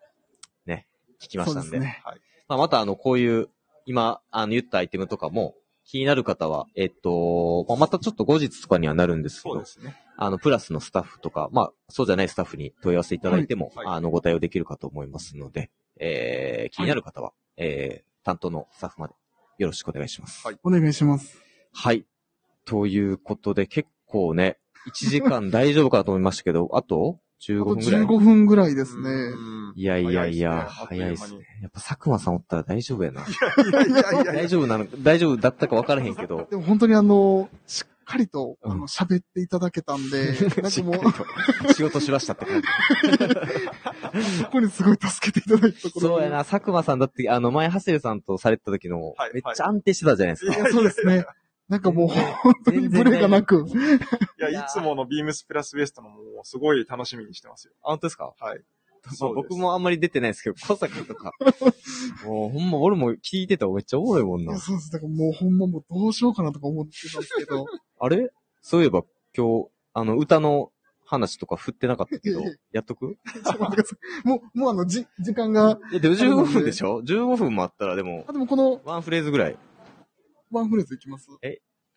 [SPEAKER 1] ね、聞きましたん
[SPEAKER 2] そう
[SPEAKER 1] で。
[SPEAKER 2] ですね
[SPEAKER 3] はい。
[SPEAKER 1] まあ、また、あの、こういう、今、あの、言ったアイテムとかも、気になる方は、えっと、まあ、またちょっと後日とかにはなるんですけ
[SPEAKER 3] そう
[SPEAKER 1] ど
[SPEAKER 3] で、すね。
[SPEAKER 1] あの、プラスのスタッフとか、まあ、そうじゃないスタッフに問い合わせいただいても、
[SPEAKER 3] はいはい
[SPEAKER 1] あの、ご対応できるかと思いますので、えー、気になる方は、えー、担当のスタッフまでよろしくお願いします。
[SPEAKER 3] はい
[SPEAKER 2] お願いします。
[SPEAKER 1] はい。ということで、結構ね、1時間大丈夫かと思いましたけど、あと
[SPEAKER 2] あ
[SPEAKER 1] 15
[SPEAKER 2] と
[SPEAKER 1] 分ぐらい。
[SPEAKER 2] 15分ぐらいで
[SPEAKER 3] です
[SPEAKER 2] ね。
[SPEAKER 1] いやいやいや、
[SPEAKER 3] 早
[SPEAKER 1] 早
[SPEAKER 3] い
[SPEAKER 1] いで
[SPEAKER 3] っ
[SPEAKER 1] すす
[SPEAKER 3] ね
[SPEAKER 1] ね。やっぱ佐久間さんおったら大丈夫やな。
[SPEAKER 3] いやいやいやい
[SPEAKER 1] 大
[SPEAKER 3] や。
[SPEAKER 1] 丈夫なの大丈夫だったか分からへんけど。
[SPEAKER 2] でも本当にあの、しっかりと
[SPEAKER 1] うん
[SPEAKER 2] あの喋っていただけた んで、なん
[SPEAKER 1] し
[SPEAKER 2] か
[SPEAKER 1] っか
[SPEAKER 2] もう、
[SPEAKER 1] り
[SPEAKER 2] こと
[SPEAKER 1] 仕事しましたって感じ。
[SPEAKER 2] こにすごい助けていただいたところ。
[SPEAKER 1] そうや。な、佐久間さんだって、あの、前、ハセルさんとされてた時の
[SPEAKER 3] はい、
[SPEAKER 1] めっちゃ安定してたじゃないですか。
[SPEAKER 2] いや、そうですね。なんかもう本当にブレがなく。
[SPEAKER 3] いや、いつものビームスプラスウエストのもうすごい楽しみにしてますよ。
[SPEAKER 1] あ、本当ですか
[SPEAKER 3] はい。
[SPEAKER 1] まあ僕もあんまり出てないですけど、小坂とか。もうほんま、俺も聞いてたらめっちゃおもろいもん
[SPEAKER 2] いや
[SPEAKER 1] な。
[SPEAKER 2] そうです。だからもうほんまもうどうしようかなとか思ってたんですけ ど。
[SPEAKER 1] あれそういえば今日、あの、歌の話とか振ってなかったけど
[SPEAKER 2] いやいや、
[SPEAKER 1] やっとく
[SPEAKER 2] ちょっと待ってください。もう、もうあの、じ、時間が。
[SPEAKER 1] え、でも15分でしょ ?15 分もあったらでも
[SPEAKER 2] あ、、でもこの
[SPEAKER 1] ワンフレーズぐらい、
[SPEAKER 2] ワンフレーズいきます。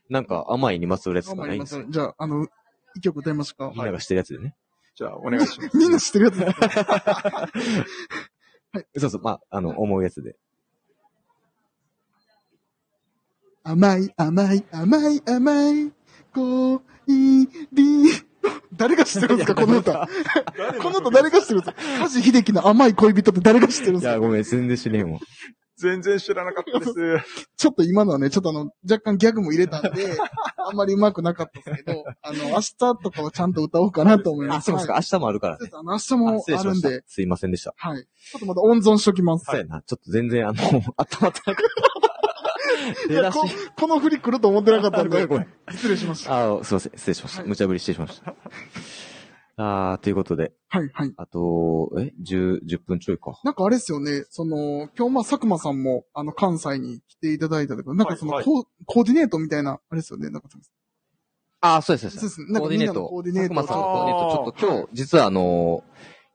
[SPEAKER 1] なんか甘いにまつわるやつ
[SPEAKER 2] あ
[SPEAKER 1] と
[SPEAKER 2] ん
[SPEAKER 1] か
[SPEAKER 2] ま
[SPEAKER 1] ないん
[SPEAKER 2] りま
[SPEAKER 1] です
[SPEAKER 2] せ
[SPEAKER 1] か
[SPEAKER 2] んじゃあ、あの、一曲歌いますか。
[SPEAKER 1] みんながしてるやつでね。
[SPEAKER 3] じゃあ、お願いします。
[SPEAKER 2] みんな知ってるやつですか
[SPEAKER 1] そうそう、まあ、あの、思うやつで。
[SPEAKER 2] 甘い、甘い、甘い、甘い、こいり。誰が知ってるんですか、この歌。この歌誰が知ってるんですか。梶秀樹の甘い恋人って誰が知ってるん
[SPEAKER 1] い
[SPEAKER 2] です
[SPEAKER 1] や、
[SPEAKER 2] か
[SPEAKER 1] ごめん、全然知れんわ。
[SPEAKER 3] 全然知らなかったです。
[SPEAKER 2] ちょっと今のはね、ちょっとあの、若干ギャグも入れた んで、あんまりうまくなかったですけど、あの、明日とかはちゃんと歌おうかなと思いま
[SPEAKER 1] あ、
[SPEAKER 2] す。
[SPEAKER 1] そうですか。
[SPEAKER 2] はい。
[SPEAKER 1] 明日もあるから
[SPEAKER 2] ちょっ
[SPEAKER 1] ね。
[SPEAKER 2] とあの明日
[SPEAKER 1] あ
[SPEAKER 2] も
[SPEAKER 1] 失礼
[SPEAKER 2] あ
[SPEAKER 1] しま
[SPEAKER 2] るん
[SPEAKER 1] した
[SPEAKER 2] で、。
[SPEAKER 1] すいませんでした。
[SPEAKER 2] はい。ちょっとまだ温存しときます。
[SPEAKER 1] そうやな。ちょっと全然、あの、 頭たら
[SPEAKER 2] い
[SPEAKER 1] 出
[SPEAKER 2] や
[SPEAKER 1] だし
[SPEAKER 2] こ、この振り来ると思ってなかったん
[SPEAKER 1] ごめ
[SPEAKER 2] で
[SPEAKER 1] んごめん、
[SPEAKER 2] 失礼しました。
[SPEAKER 1] あすいません。失礼しました。無茶ぶりしてしまいました。あー、ということで、
[SPEAKER 2] はい、はい。
[SPEAKER 1] あと、え ?10、10分ちょいか。
[SPEAKER 2] なんかあれですよね、その、今日まあ佐久間さんも、あの、関西に来ていただいたけど、なんかその、
[SPEAKER 3] はいはい
[SPEAKER 2] コーコーディネートみたいな、あれですよね、なんかその
[SPEAKER 1] あー、そうです、
[SPEAKER 2] そ
[SPEAKER 1] そうで
[SPEAKER 2] うで
[SPEAKER 1] すす。
[SPEAKER 2] ねなんかみんなのコーディネート
[SPEAKER 1] 佐久間さんのコーディネート、ちょっと今日、実はあのー、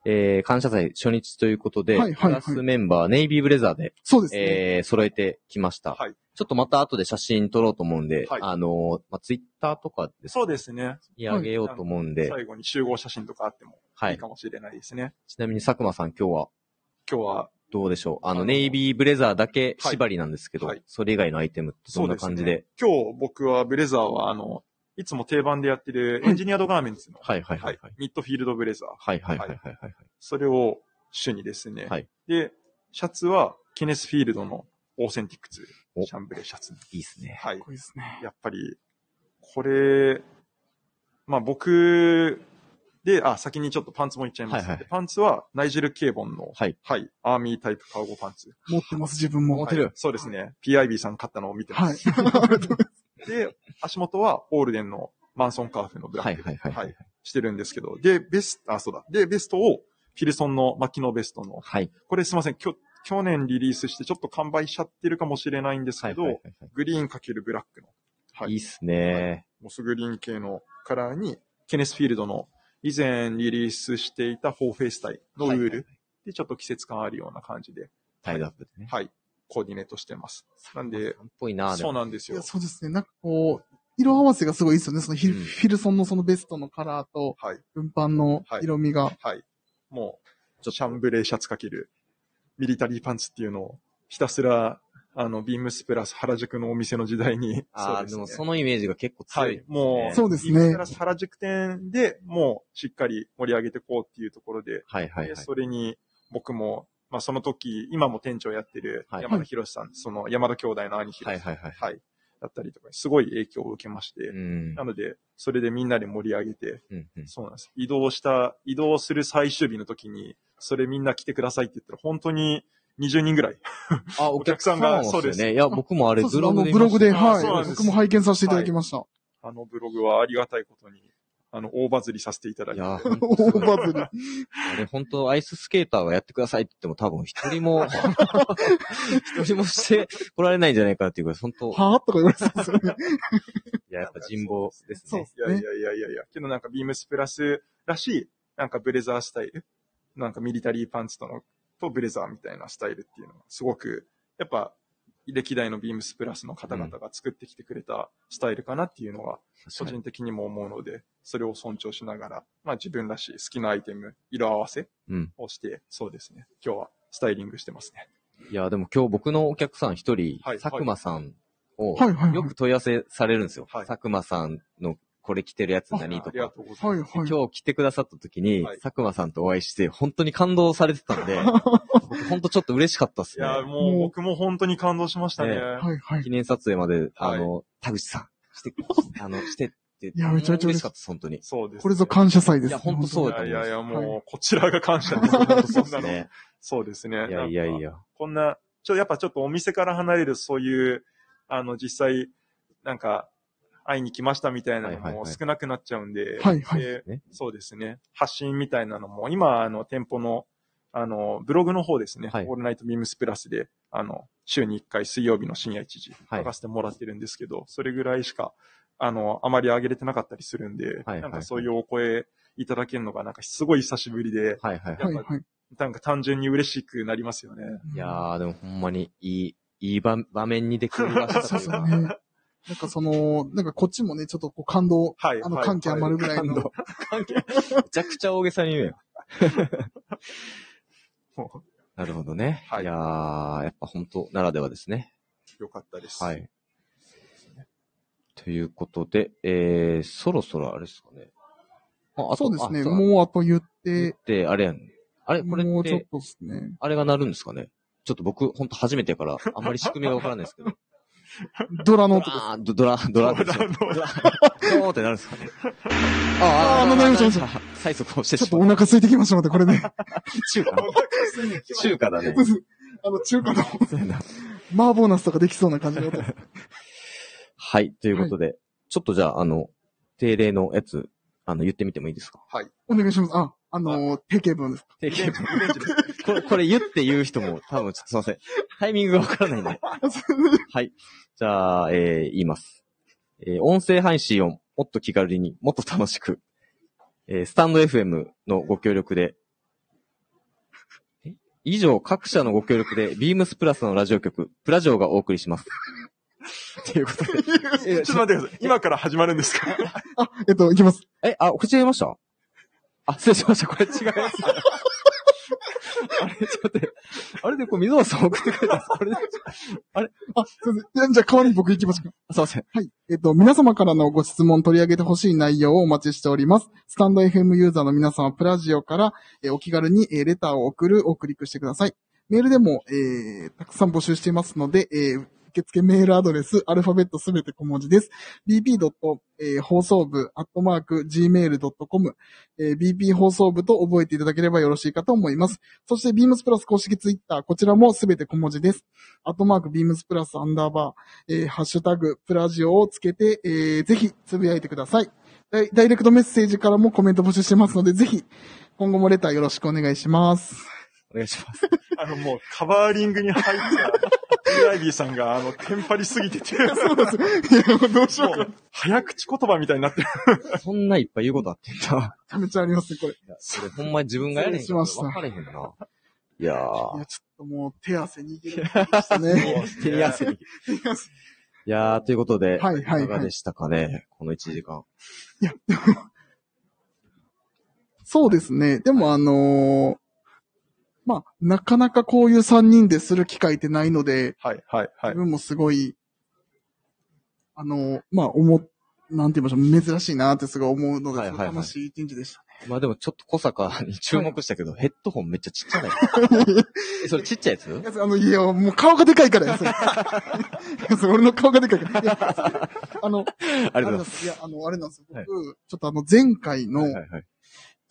[SPEAKER 1] えー、感謝祭初日ということで、
[SPEAKER 2] はいはいはい
[SPEAKER 1] プラスメンバー、ネイビーブレザーで、
[SPEAKER 2] そうですね。
[SPEAKER 1] えー、揃えてきました。
[SPEAKER 3] はい
[SPEAKER 1] ちょっとまた後で写真撮ろうと思うんで、
[SPEAKER 3] はい
[SPEAKER 1] あのー、まあ、ツイッターとかで
[SPEAKER 3] そうですね。
[SPEAKER 1] 見上げようと思うんで、はい。
[SPEAKER 3] 最後に集合写真とかあってもいいかもしれないですね。
[SPEAKER 1] ちなみに佐久間さん今日は
[SPEAKER 3] 今日は、
[SPEAKER 1] どうでしょうあ
[SPEAKER 3] あ
[SPEAKER 1] の、
[SPEAKER 3] の
[SPEAKER 1] ネイビーブレザーだけ縛りなんですけど、
[SPEAKER 3] はいはい
[SPEAKER 1] それ以外のアイテムってどんな感じで
[SPEAKER 3] 今日僕はブレザーは、あの、いつも定番でやってるエンジニアードガーメンツの、
[SPEAKER 1] はいはいは
[SPEAKER 3] はいい
[SPEAKER 1] はい。
[SPEAKER 3] ミッドフィールドブレザー。
[SPEAKER 1] はいはいはいはいはいはい。
[SPEAKER 3] それを主にですね。
[SPEAKER 1] はい
[SPEAKER 3] で、シャツはケネスフィールドのオーセンティックツ
[SPEAKER 1] お
[SPEAKER 3] シャンブレシャツ。
[SPEAKER 1] いいっすね。
[SPEAKER 3] はい
[SPEAKER 2] かっ。こいいですね。
[SPEAKER 3] やっぱり、これ、まあ僕で、あ、先にちょっとパンツもいっちゃい
[SPEAKER 1] は
[SPEAKER 3] ます。
[SPEAKER 1] いはい
[SPEAKER 3] でパンツはナイジェル・ケーボンの、
[SPEAKER 1] はい。
[SPEAKER 3] はい、アーミータイプカーゴパンツ。
[SPEAKER 2] 持ってます、自分も。
[SPEAKER 1] 持っ
[SPEAKER 2] は
[SPEAKER 1] て
[SPEAKER 2] い。
[SPEAKER 1] る
[SPEAKER 3] はいそうですね。PIB さん買ったのを見てます。 で、足元はオールデンのマンソンカーフのブラ
[SPEAKER 1] は
[SPEAKER 3] ッ
[SPEAKER 1] い
[SPEAKER 3] ク。
[SPEAKER 1] はいはい。はい
[SPEAKER 3] してるんですけど。で、ベスト、あ、そうだ。で、ベストを、ヒルソンの牧野ベストの、
[SPEAKER 1] はい。
[SPEAKER 3] これすいません、きょ去年リリースしてちょっと完売しちゃってるかもしれないんです
[SPEAKER 1] は
[SPEAKER 3] け
[SPEAKER 1] い
[SPEAKER 3] ど、
[SPEAKER 1] はいはい
[SPEAKER 3] グリーン×ブラックの、は、
[SPEAKER 1] はいい。いいっすね。
[SPEAKER 3] モスグリーン系のカラーに、ケネスフィールドの以前リリースしていたフォーフェイスタイのウールでちょっと季節感あるような感じで、
[SPEAKER 1] タイドアップでね。
[SPEAKER 3] はい、コーディネートしてます。なん
[SPEAKER 1] っ
[SPEAKER 3] で、
[SPEAKER 1] ぽいなぁ。で
[SPEAKER 3] そう
[SPEAKER 1] も
[SPEAKER 3] なんです
[SPEAKER 2] いや、
[SPEAKER 3] よ。
[SPEAKER 2] そうですね。なんかこう、色合わせがすごいいいですよね。そのヒル、
[SPEAKER 1] うん
[SPEAKER 2] フィルソンのそのベストのカラーと、
[SPEAKER 3] はい、
[SPEAKER 2] 運搬の色味が。
[SPEAKER 3] はい。も
[SPEAKER 1] ちょ
[SPEAKER 3] う、
[SPEAKER 1] っと
[SPEAKER 3] シャンブレーシャツかける、ミリタリーパンツっていうのを、ひたすら、あの、ビームスプラス原宿のお店の時代に、
[SPEAKER 1] ああ、でもそのイメージが結構
[SPEAKER 3] は
[SPEAKER 1] 強い
[SPEAKER 3] い。。もう、
[SPEAKER 2] そうですね
[SPEAKER 3] ビームスプラス原宿店でもうしっかり盛り上げていこうっていうところで、
[SPEAKER 1] はいはい
[SPEAKER 3] で
[SPEAKER 1] はい。
[SPEAKER 3] それに僕も、まあその時、今も店長やってる
[SPEAKER 1] はい
[SPEAKER 3] 山田博さん、その山田兄弟の兄博さ
[SPEAKER 1] は
[SPEAKER 3] ん、
[SPEAKER 1] いはいはい。
[SPEAKER 3] はいだったりとか、すごい影響を受けまして、
[SPEAKER 1] うん。
[SPEAKER 3] なので、それでみんなで盛り上げて、
[SPEAKER 1] うんうん
[SPEAKER 3] そうなんです。移動した、移動する最終日の時に、それみんな来てくださいって言ったら、本当に20人ぐらい。
[SPEAKER 1] あ、お
[SPEAKER 3] お
[SPEAKER 1] 客
[SPEAKER 3] 客
[SPEAKER 1] さ
[SPEAKER 3] さ
[SPEAKER 1] ん
[SPEAKER 3] ん
[SPEAKER 1] が、
[SPEAKER 3] が
[SPEAKER 1] そうです
[SPEAKER 3] そう
[SPEAKER 1] ね。いや、僕もあれ
[SPEAKER 2] そうそ
[SPEAKER 1] ブ
[SPEAKER 2] うあ
[SPEAKER 1] ログ
[SPEAKER 2] の
[SPEAKER 1] で。
[SPEAKER 2] ブログで、
[SPEAKER 3] ました
[SPEAKER 2] は
[SPEAKER 3] あそうなん
[SPEAKER 2] い。
[SPEAKER 3] です
[SPEAKER 2] 僕も拝見させていただきました。
[SPEAKER 3] あのブログはありがたいことに、あの、大バズりさせていただい
[SPEAKER 1] い
[SPEAKER 3] て。
[SPEAKER 1] や、
[SPEAKER 2] 大バズり。
[SPEAKER 1] あれ本当アイススケーターがやってくださいって言っても多分一人も、 一人もして来られないんじゃないかなっていうぐらい、本当
[SPEAKER 2] はぁとか言われてたんですよね。
[SPEAKER 1] いや、やっぱ人望ですね。
[SPEAKER 3] いやいやいやいやいや。けどなんかビームスプラスらしい、なんかブレザースタイル、なんかミリタリーパンツとの、とブレザーみたいなスタイルっていうのは、すごく、やっぱ、歴代のビームスプラスの方々が作ってきてくれたスタイルかなっていうのは、個人的にも思うので、それを尊重しながら、まあ自分らしい好きなアイテム、色合わせ
[SPEAKER 1] うん。
[SPEAKER 3] をして、そうですね。今日はスタイリングしてますね。
[SPEAKER 1] いや、でも今日僕のお客さん一人、
[SPEAKER 3] はい
[SPEAKER 1] 佐久間さんを
[SPEAKER 2] はいはいはい
[SPEAKER 1] よく問い合わせされるんですよ。
[SPEAKER 3] はい
[SPEAKER 1] 佐久間さんのこれ着てるやつ何
[SPEAKER 3] あ
[SPEAKER 1] と
[SPEAKER 3] りが
[SPEAKER 1] か。
[SPEAKER 3] とうございます。
[SPEAKER 2] はい
[SPEAKER 1] で
[SPEAKER 2] はい。
[SPEAKER 1] 今日来てくださった時に、
[SPEAKER 3] はい
[SPEAKER 1] 佐久間さんとお会いして、本当に感動されてたんで、僕本当ちょっと嬉しかったっす
[SPEAKER 3] い
[SPEAKER 1] ね。
[SPEAKER 3] や、もう僕も本当に感動しましたね。
[SPEAKER 1] ね
[SPEAKER 2] はいは い。
[SPEAKER 1] 記念撮影まで、あ
[SPEAKER 3] はい
[SPEAKER 1] の、田口さん、 して、あの、してって。
[SPEAKER 2] いやめちゃめちゃ嬉
[SPEAKER 1] 嬉
[SPEAKER 2] し
[SPEAKER 1] し
[SPEAKER 2] か
[SPEAKER 1] か
[SPEAKER 2] っ
[SPEAKER 1] った、本当に。
[SPEAKER 3] そうです、ね。
[SPEAKER 2] これぞ感謝祭です、
[SPEAKER 1] いや本当そう
[SPEAKER 3] い
[SPEAKER 1] だと思い
[SPEAKER 3] やい
[SPEAKER 1] ま
[SPEAKER 3] や
[SPEAKER 1] す
[SPEAKER 3] いや、もう、
[SPEAKER 2] は
[SPEAKER 3] こちらが感謝で す。
[SPEAKER 1] 本当そうです
[SPEAKER 3] そんなの
[SPEAKER 1] ね。
[SPEAKER 3] そうですね。
[SPEAKER 1] いやいやい
[SPEAKER 3] なんか。
[SPEAKER 1] や。
[SPEAKER 3] こんな、ちょ、やっぱちょっとお店から離れるそういう、あの、実際、なんか、会いに来ましたみたいな
[SPEAKER 1] は
[SPEAKER 3] の
[SPEAKER 1] いはい
[SPEAKER 3] も
[SPEAKER 1] はい
[SPEAKER 3] 少なくなっちゃうんで、
[SPEAKER 2] はいはい
[SPEAKER 3] で
[SPEAKER 1] ね
[SPEAKER 3] そうですね。発信みたいなのも、今、あの、店舗の、あの、ブログの方ですね、
[SPEAKER 1] はい
[SPEAKER 3] オールナイトビームスプラスで、あの、週に1回水曜日の深夜1時、
[SPEAKER 1] はい
[SPEAKER 3] 書かせてもらってるんですけど、それぐらいしか、あの、あまり上げれてなかったりするんで、
[SPEAKER 1] はい
[SPEAKER 3] なんかそういうお声いただけるのが、なんかすごい久しぶりで、
[SPEAKER 1] はいはいは。
[SPEAKER 2] はいいはい。
[SPEAKER 3] なんか単純に嬉しくなりますよね。
[SPEAKER 1] いやー、でもほんまに、いい、いい場場面にできましたと
[SPEAKER 2] そう
[SPEAKER 1] い
[SPEAKER 2] そうう
[SPEAKER 1] か。
[SPEAKER 2] ね。なんかその、なんかこっちもね、ちょっとこう感動、
[SPEAKER 3] はい。
[SPEAKER 2] あの、
[SPEAKER 3] はい
[SPEAKER 2] 歓喜余るぐらいの。
[SPEAKER 1] 感動めちゃくちゃ大げさに言うよ。
[SPEAKER 3] も
[SPEAKER 1] なるほどね。、
[SPEAKER 3] はいい
[SPEAKER 1] やー、やっぱ本当ならではですね。
[SPEAKER 3] うよかったです。
[SPEAKER 1] は。い。ということで、えー、そろそろあれですかね。あ、あと
[SPEAKER 2] そうですね。
[SPEAKER 1] あ
[SPEAKER 2] もうあと言っ
[SPEAKER 1] う、
[SPEAKER 2] て、
[SPEAKER 1] で、あれやん。あれこれ
[SPEAKER 2] もうちょっ
[SPEAKER 1] って、
[SPEAKER 2] とですね。
[SPEAKER 1] あれがなるんですかねちょっと僕、ほんと初めてやから、あんまり仕組みがわからないですけど。
[SPEAKER 2] ドラの
[SPEAKER 1] ド
[SPEAKER 2] 音です。
[SPEAKER 1] ラーンドドラ、ドラーンってしまう
[SPEAKER 3] ド
[SPEAKER 1] ドラドーンってなるんですかね。
[SPEAKER 2] あーあーなりました
[SPEAKER 1] た。催促をして
[SPEAKER 2] ちょっ
[SPEAKER 1] し
[SPEAKER 2] と
[SPEAKER 1] ま
[SPEAKER 2] お
[SPEAKER 1] う。
[SPEAKER 2] 腹空いてきましたので、これで。
[SPEAKER 1] 中華の。中華だね。
[SPEAKER 2] あの、中華の
[SPEAKER 1] そうやな
[SPEAKER 2] 麻婆ナスとかできそうな感じ の音。
[SPEAKER 1] はい、ということで、ちょっとじゃあ、あの、定例のやつ、あの、言ってみてもいいですか
[SPEAKER 2] お願いします。あ、あのー、定型文です。
[SPEAKER 1] 定
[SPEAKER 3] リベンジリベンジです
[SPEAKER 1] これ、これ言って言う人も多分ちょっとすいません。タイミングがわからないんで。はい。じゃあ、えー、言います。えー、音声配信をもっと気軽に、もっと楽しく、えー、スタンド FM のご協力で、え以上各社のご協力で、ビームスプラスのラジオ局、プラジオがお送りします。ということで。
[SPEAKER 3] ちょっと待ってください。今から始まるんですか
[SPEAKER 2] あ、えっと、いきます。
[SPEAKER 1] え、あ、口違いましたあ、失礼しました。これ違います。あれ、ちょっと待って。あれで、こう、水野さん送ってくれたんです。これで。
[SPEAKER 2] あ、すいません。じゃあ、代わりに僕行きましょうか。
[SPEAKER 1] あすいません。
[SPEAKER 2] はい。えっと、皆様からのご質問取り上げてほしい内容をお待ちしております。スタンド FM ユーザーの皆様、プラジオから、えーお気軽に、えーレターを送るをクリックしてください。メールでも、えーたくさん募集していますので、えー受付メールアドレス、アルファベットすべて小文字です。bp. えー放送部、アットマーク、gmail.com、えー bp 放送部と覚えていただければよろしいかと思います。そして、beams プラス公式ツイッター、こちらもすべて小文字です。アットマーク、beams プラスアンダーバー、えーハッシュタグ、プラジオをつけて、えーぜひ、つぶやいてください。ダイダイレクトメッセージからもコメント募集してますので、ぜひ、今後もレターよろしくお願いします。
[SPEAKER 1] お願いします。
[SPEAKER 3] あの、もう、カバーリングに入った、イライビーさんが、あの、テンパりすぎてて、も
[SPEAKER 2] そうです。いや、もうどうしようか
[SPEAKER 3] う、早口言葉みたいになってる。
[SPEAKER 1] そんないっぱい言うことあってんだ。
[SPEAKER 2] めちゃめちゃありますね、これ。い
[SPEAKER 1] いや、それほんまに自分がやれへんから
[SPEAKER 2] 失礼しま
[SPEAKER 1] 分かれへんな。いやー。
[SPEAKER 2] や、ちょっともう手汗握る感じでし たね。
[SPEAKER 1] 手に汗に。いやー、ということで、
[SPEAKER 2] はいはいはい
[SPEAKER 1] かがでしたかね、この1時間。
[SPEAKER 2] そうですね。でもあのーまあ、なかなかこういう3人でする機会ってないので、
[SPEAKER 3] はい、はい、は
[SPEAKER 2] 自。
[SPEAKER 3] い
[SPEAKER 2] 分もすごい、あのーまあ、思っ、なんて言いましょう、珍しいなってすごい思うので、
[SPEAKER 1] はいはいはい
[SPEAKER 2] 楽しい一日でした。
[SPEAKER 1] まあでもちょっと小坂に注目したけど、ヘッドホンめっちゃちっちゃ ないえそれちっちゃいやつ
[SPEAKER 2] いやあの、いや、もう顔がでかいからや、それ。いや、それ俺の顔がでかいから。いや、それあの、
[SPEAKER 1] ありがとうございます。
[SPEAKER 2] す。いや、あの、あれなんですよ。僕、
[SPEAKER 1] はい
[SPEAKER 2] ちょっとあの、前回の、
[SPEAKER 1] はい
[SPEAKER 2] ちょ
[SPEAKER 1] はいはい。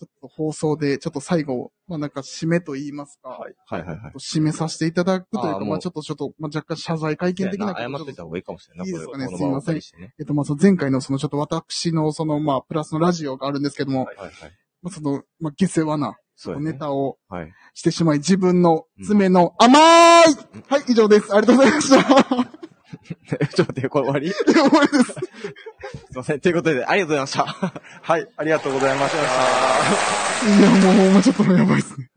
[SPEAKER 2] っと放送で、ちょっと最後、まあなんか締めと言いますか、
[SPEAKER 3] はい
[SPEAKER 1] はいはいはい。
[SPEAKER 2] 締めさせていただくという
[SPEAKER 1] あー
[SPEAKER 2] か、
[SPEAKER 1] もう
[SPEAKER 2] まあちょっと、ちょっと、まあ若干謝罪会見的なこと
[SPEAKER 1] 謝
[SPEAKER 2] をちょ
[SPEAKER 1] っ
[SPEAKER 2] っ
[SPEAKER 1] と
[SPEAKER 2] と
[SPEAKER 1] いた方がいいかもしれない
[SPEAKER 2] い
[SPEAKER 1] な。
[SPEAKER 2] で
[SPEAKER 1] こ
[SPEAKER 2] す
[SPEAKER 1] れ
[SPEAKER 2] かね
[SPEAKER 1] この場を
[SPEAKER 2] すいませ
[SPEAKER 1] お借
[SPEAKER 2] ん
[SPEAKER 1] りしてね
[SPEAKER 2] えっと、まあその前回のその、ちょっと私のその、まあ、プラスのラジオがあるんですけども、
[SPEAKER 1] はいはい。
[SPEAKER 2] まあその、まあ、下世話な、
[SPEAKER 1] そうやね
[SPEAKER 2] ネタを
[SPEAKER 1] はい。
[SPEAKER 2] してしまい、自分の爪の甘い、はい、以上です。ありがとうござい ました。
[SPEAKER 1] ちょっと待って、これ終わりす
[SPEAKER 2] いや終わりです。
[SPEAKER 1] いません。ということで、ありがとうございました。
[SPEAKER 3] はい、ありがとうございました。
[SPEAKER 2] いや、もう、ほんまちょっとやばいですね。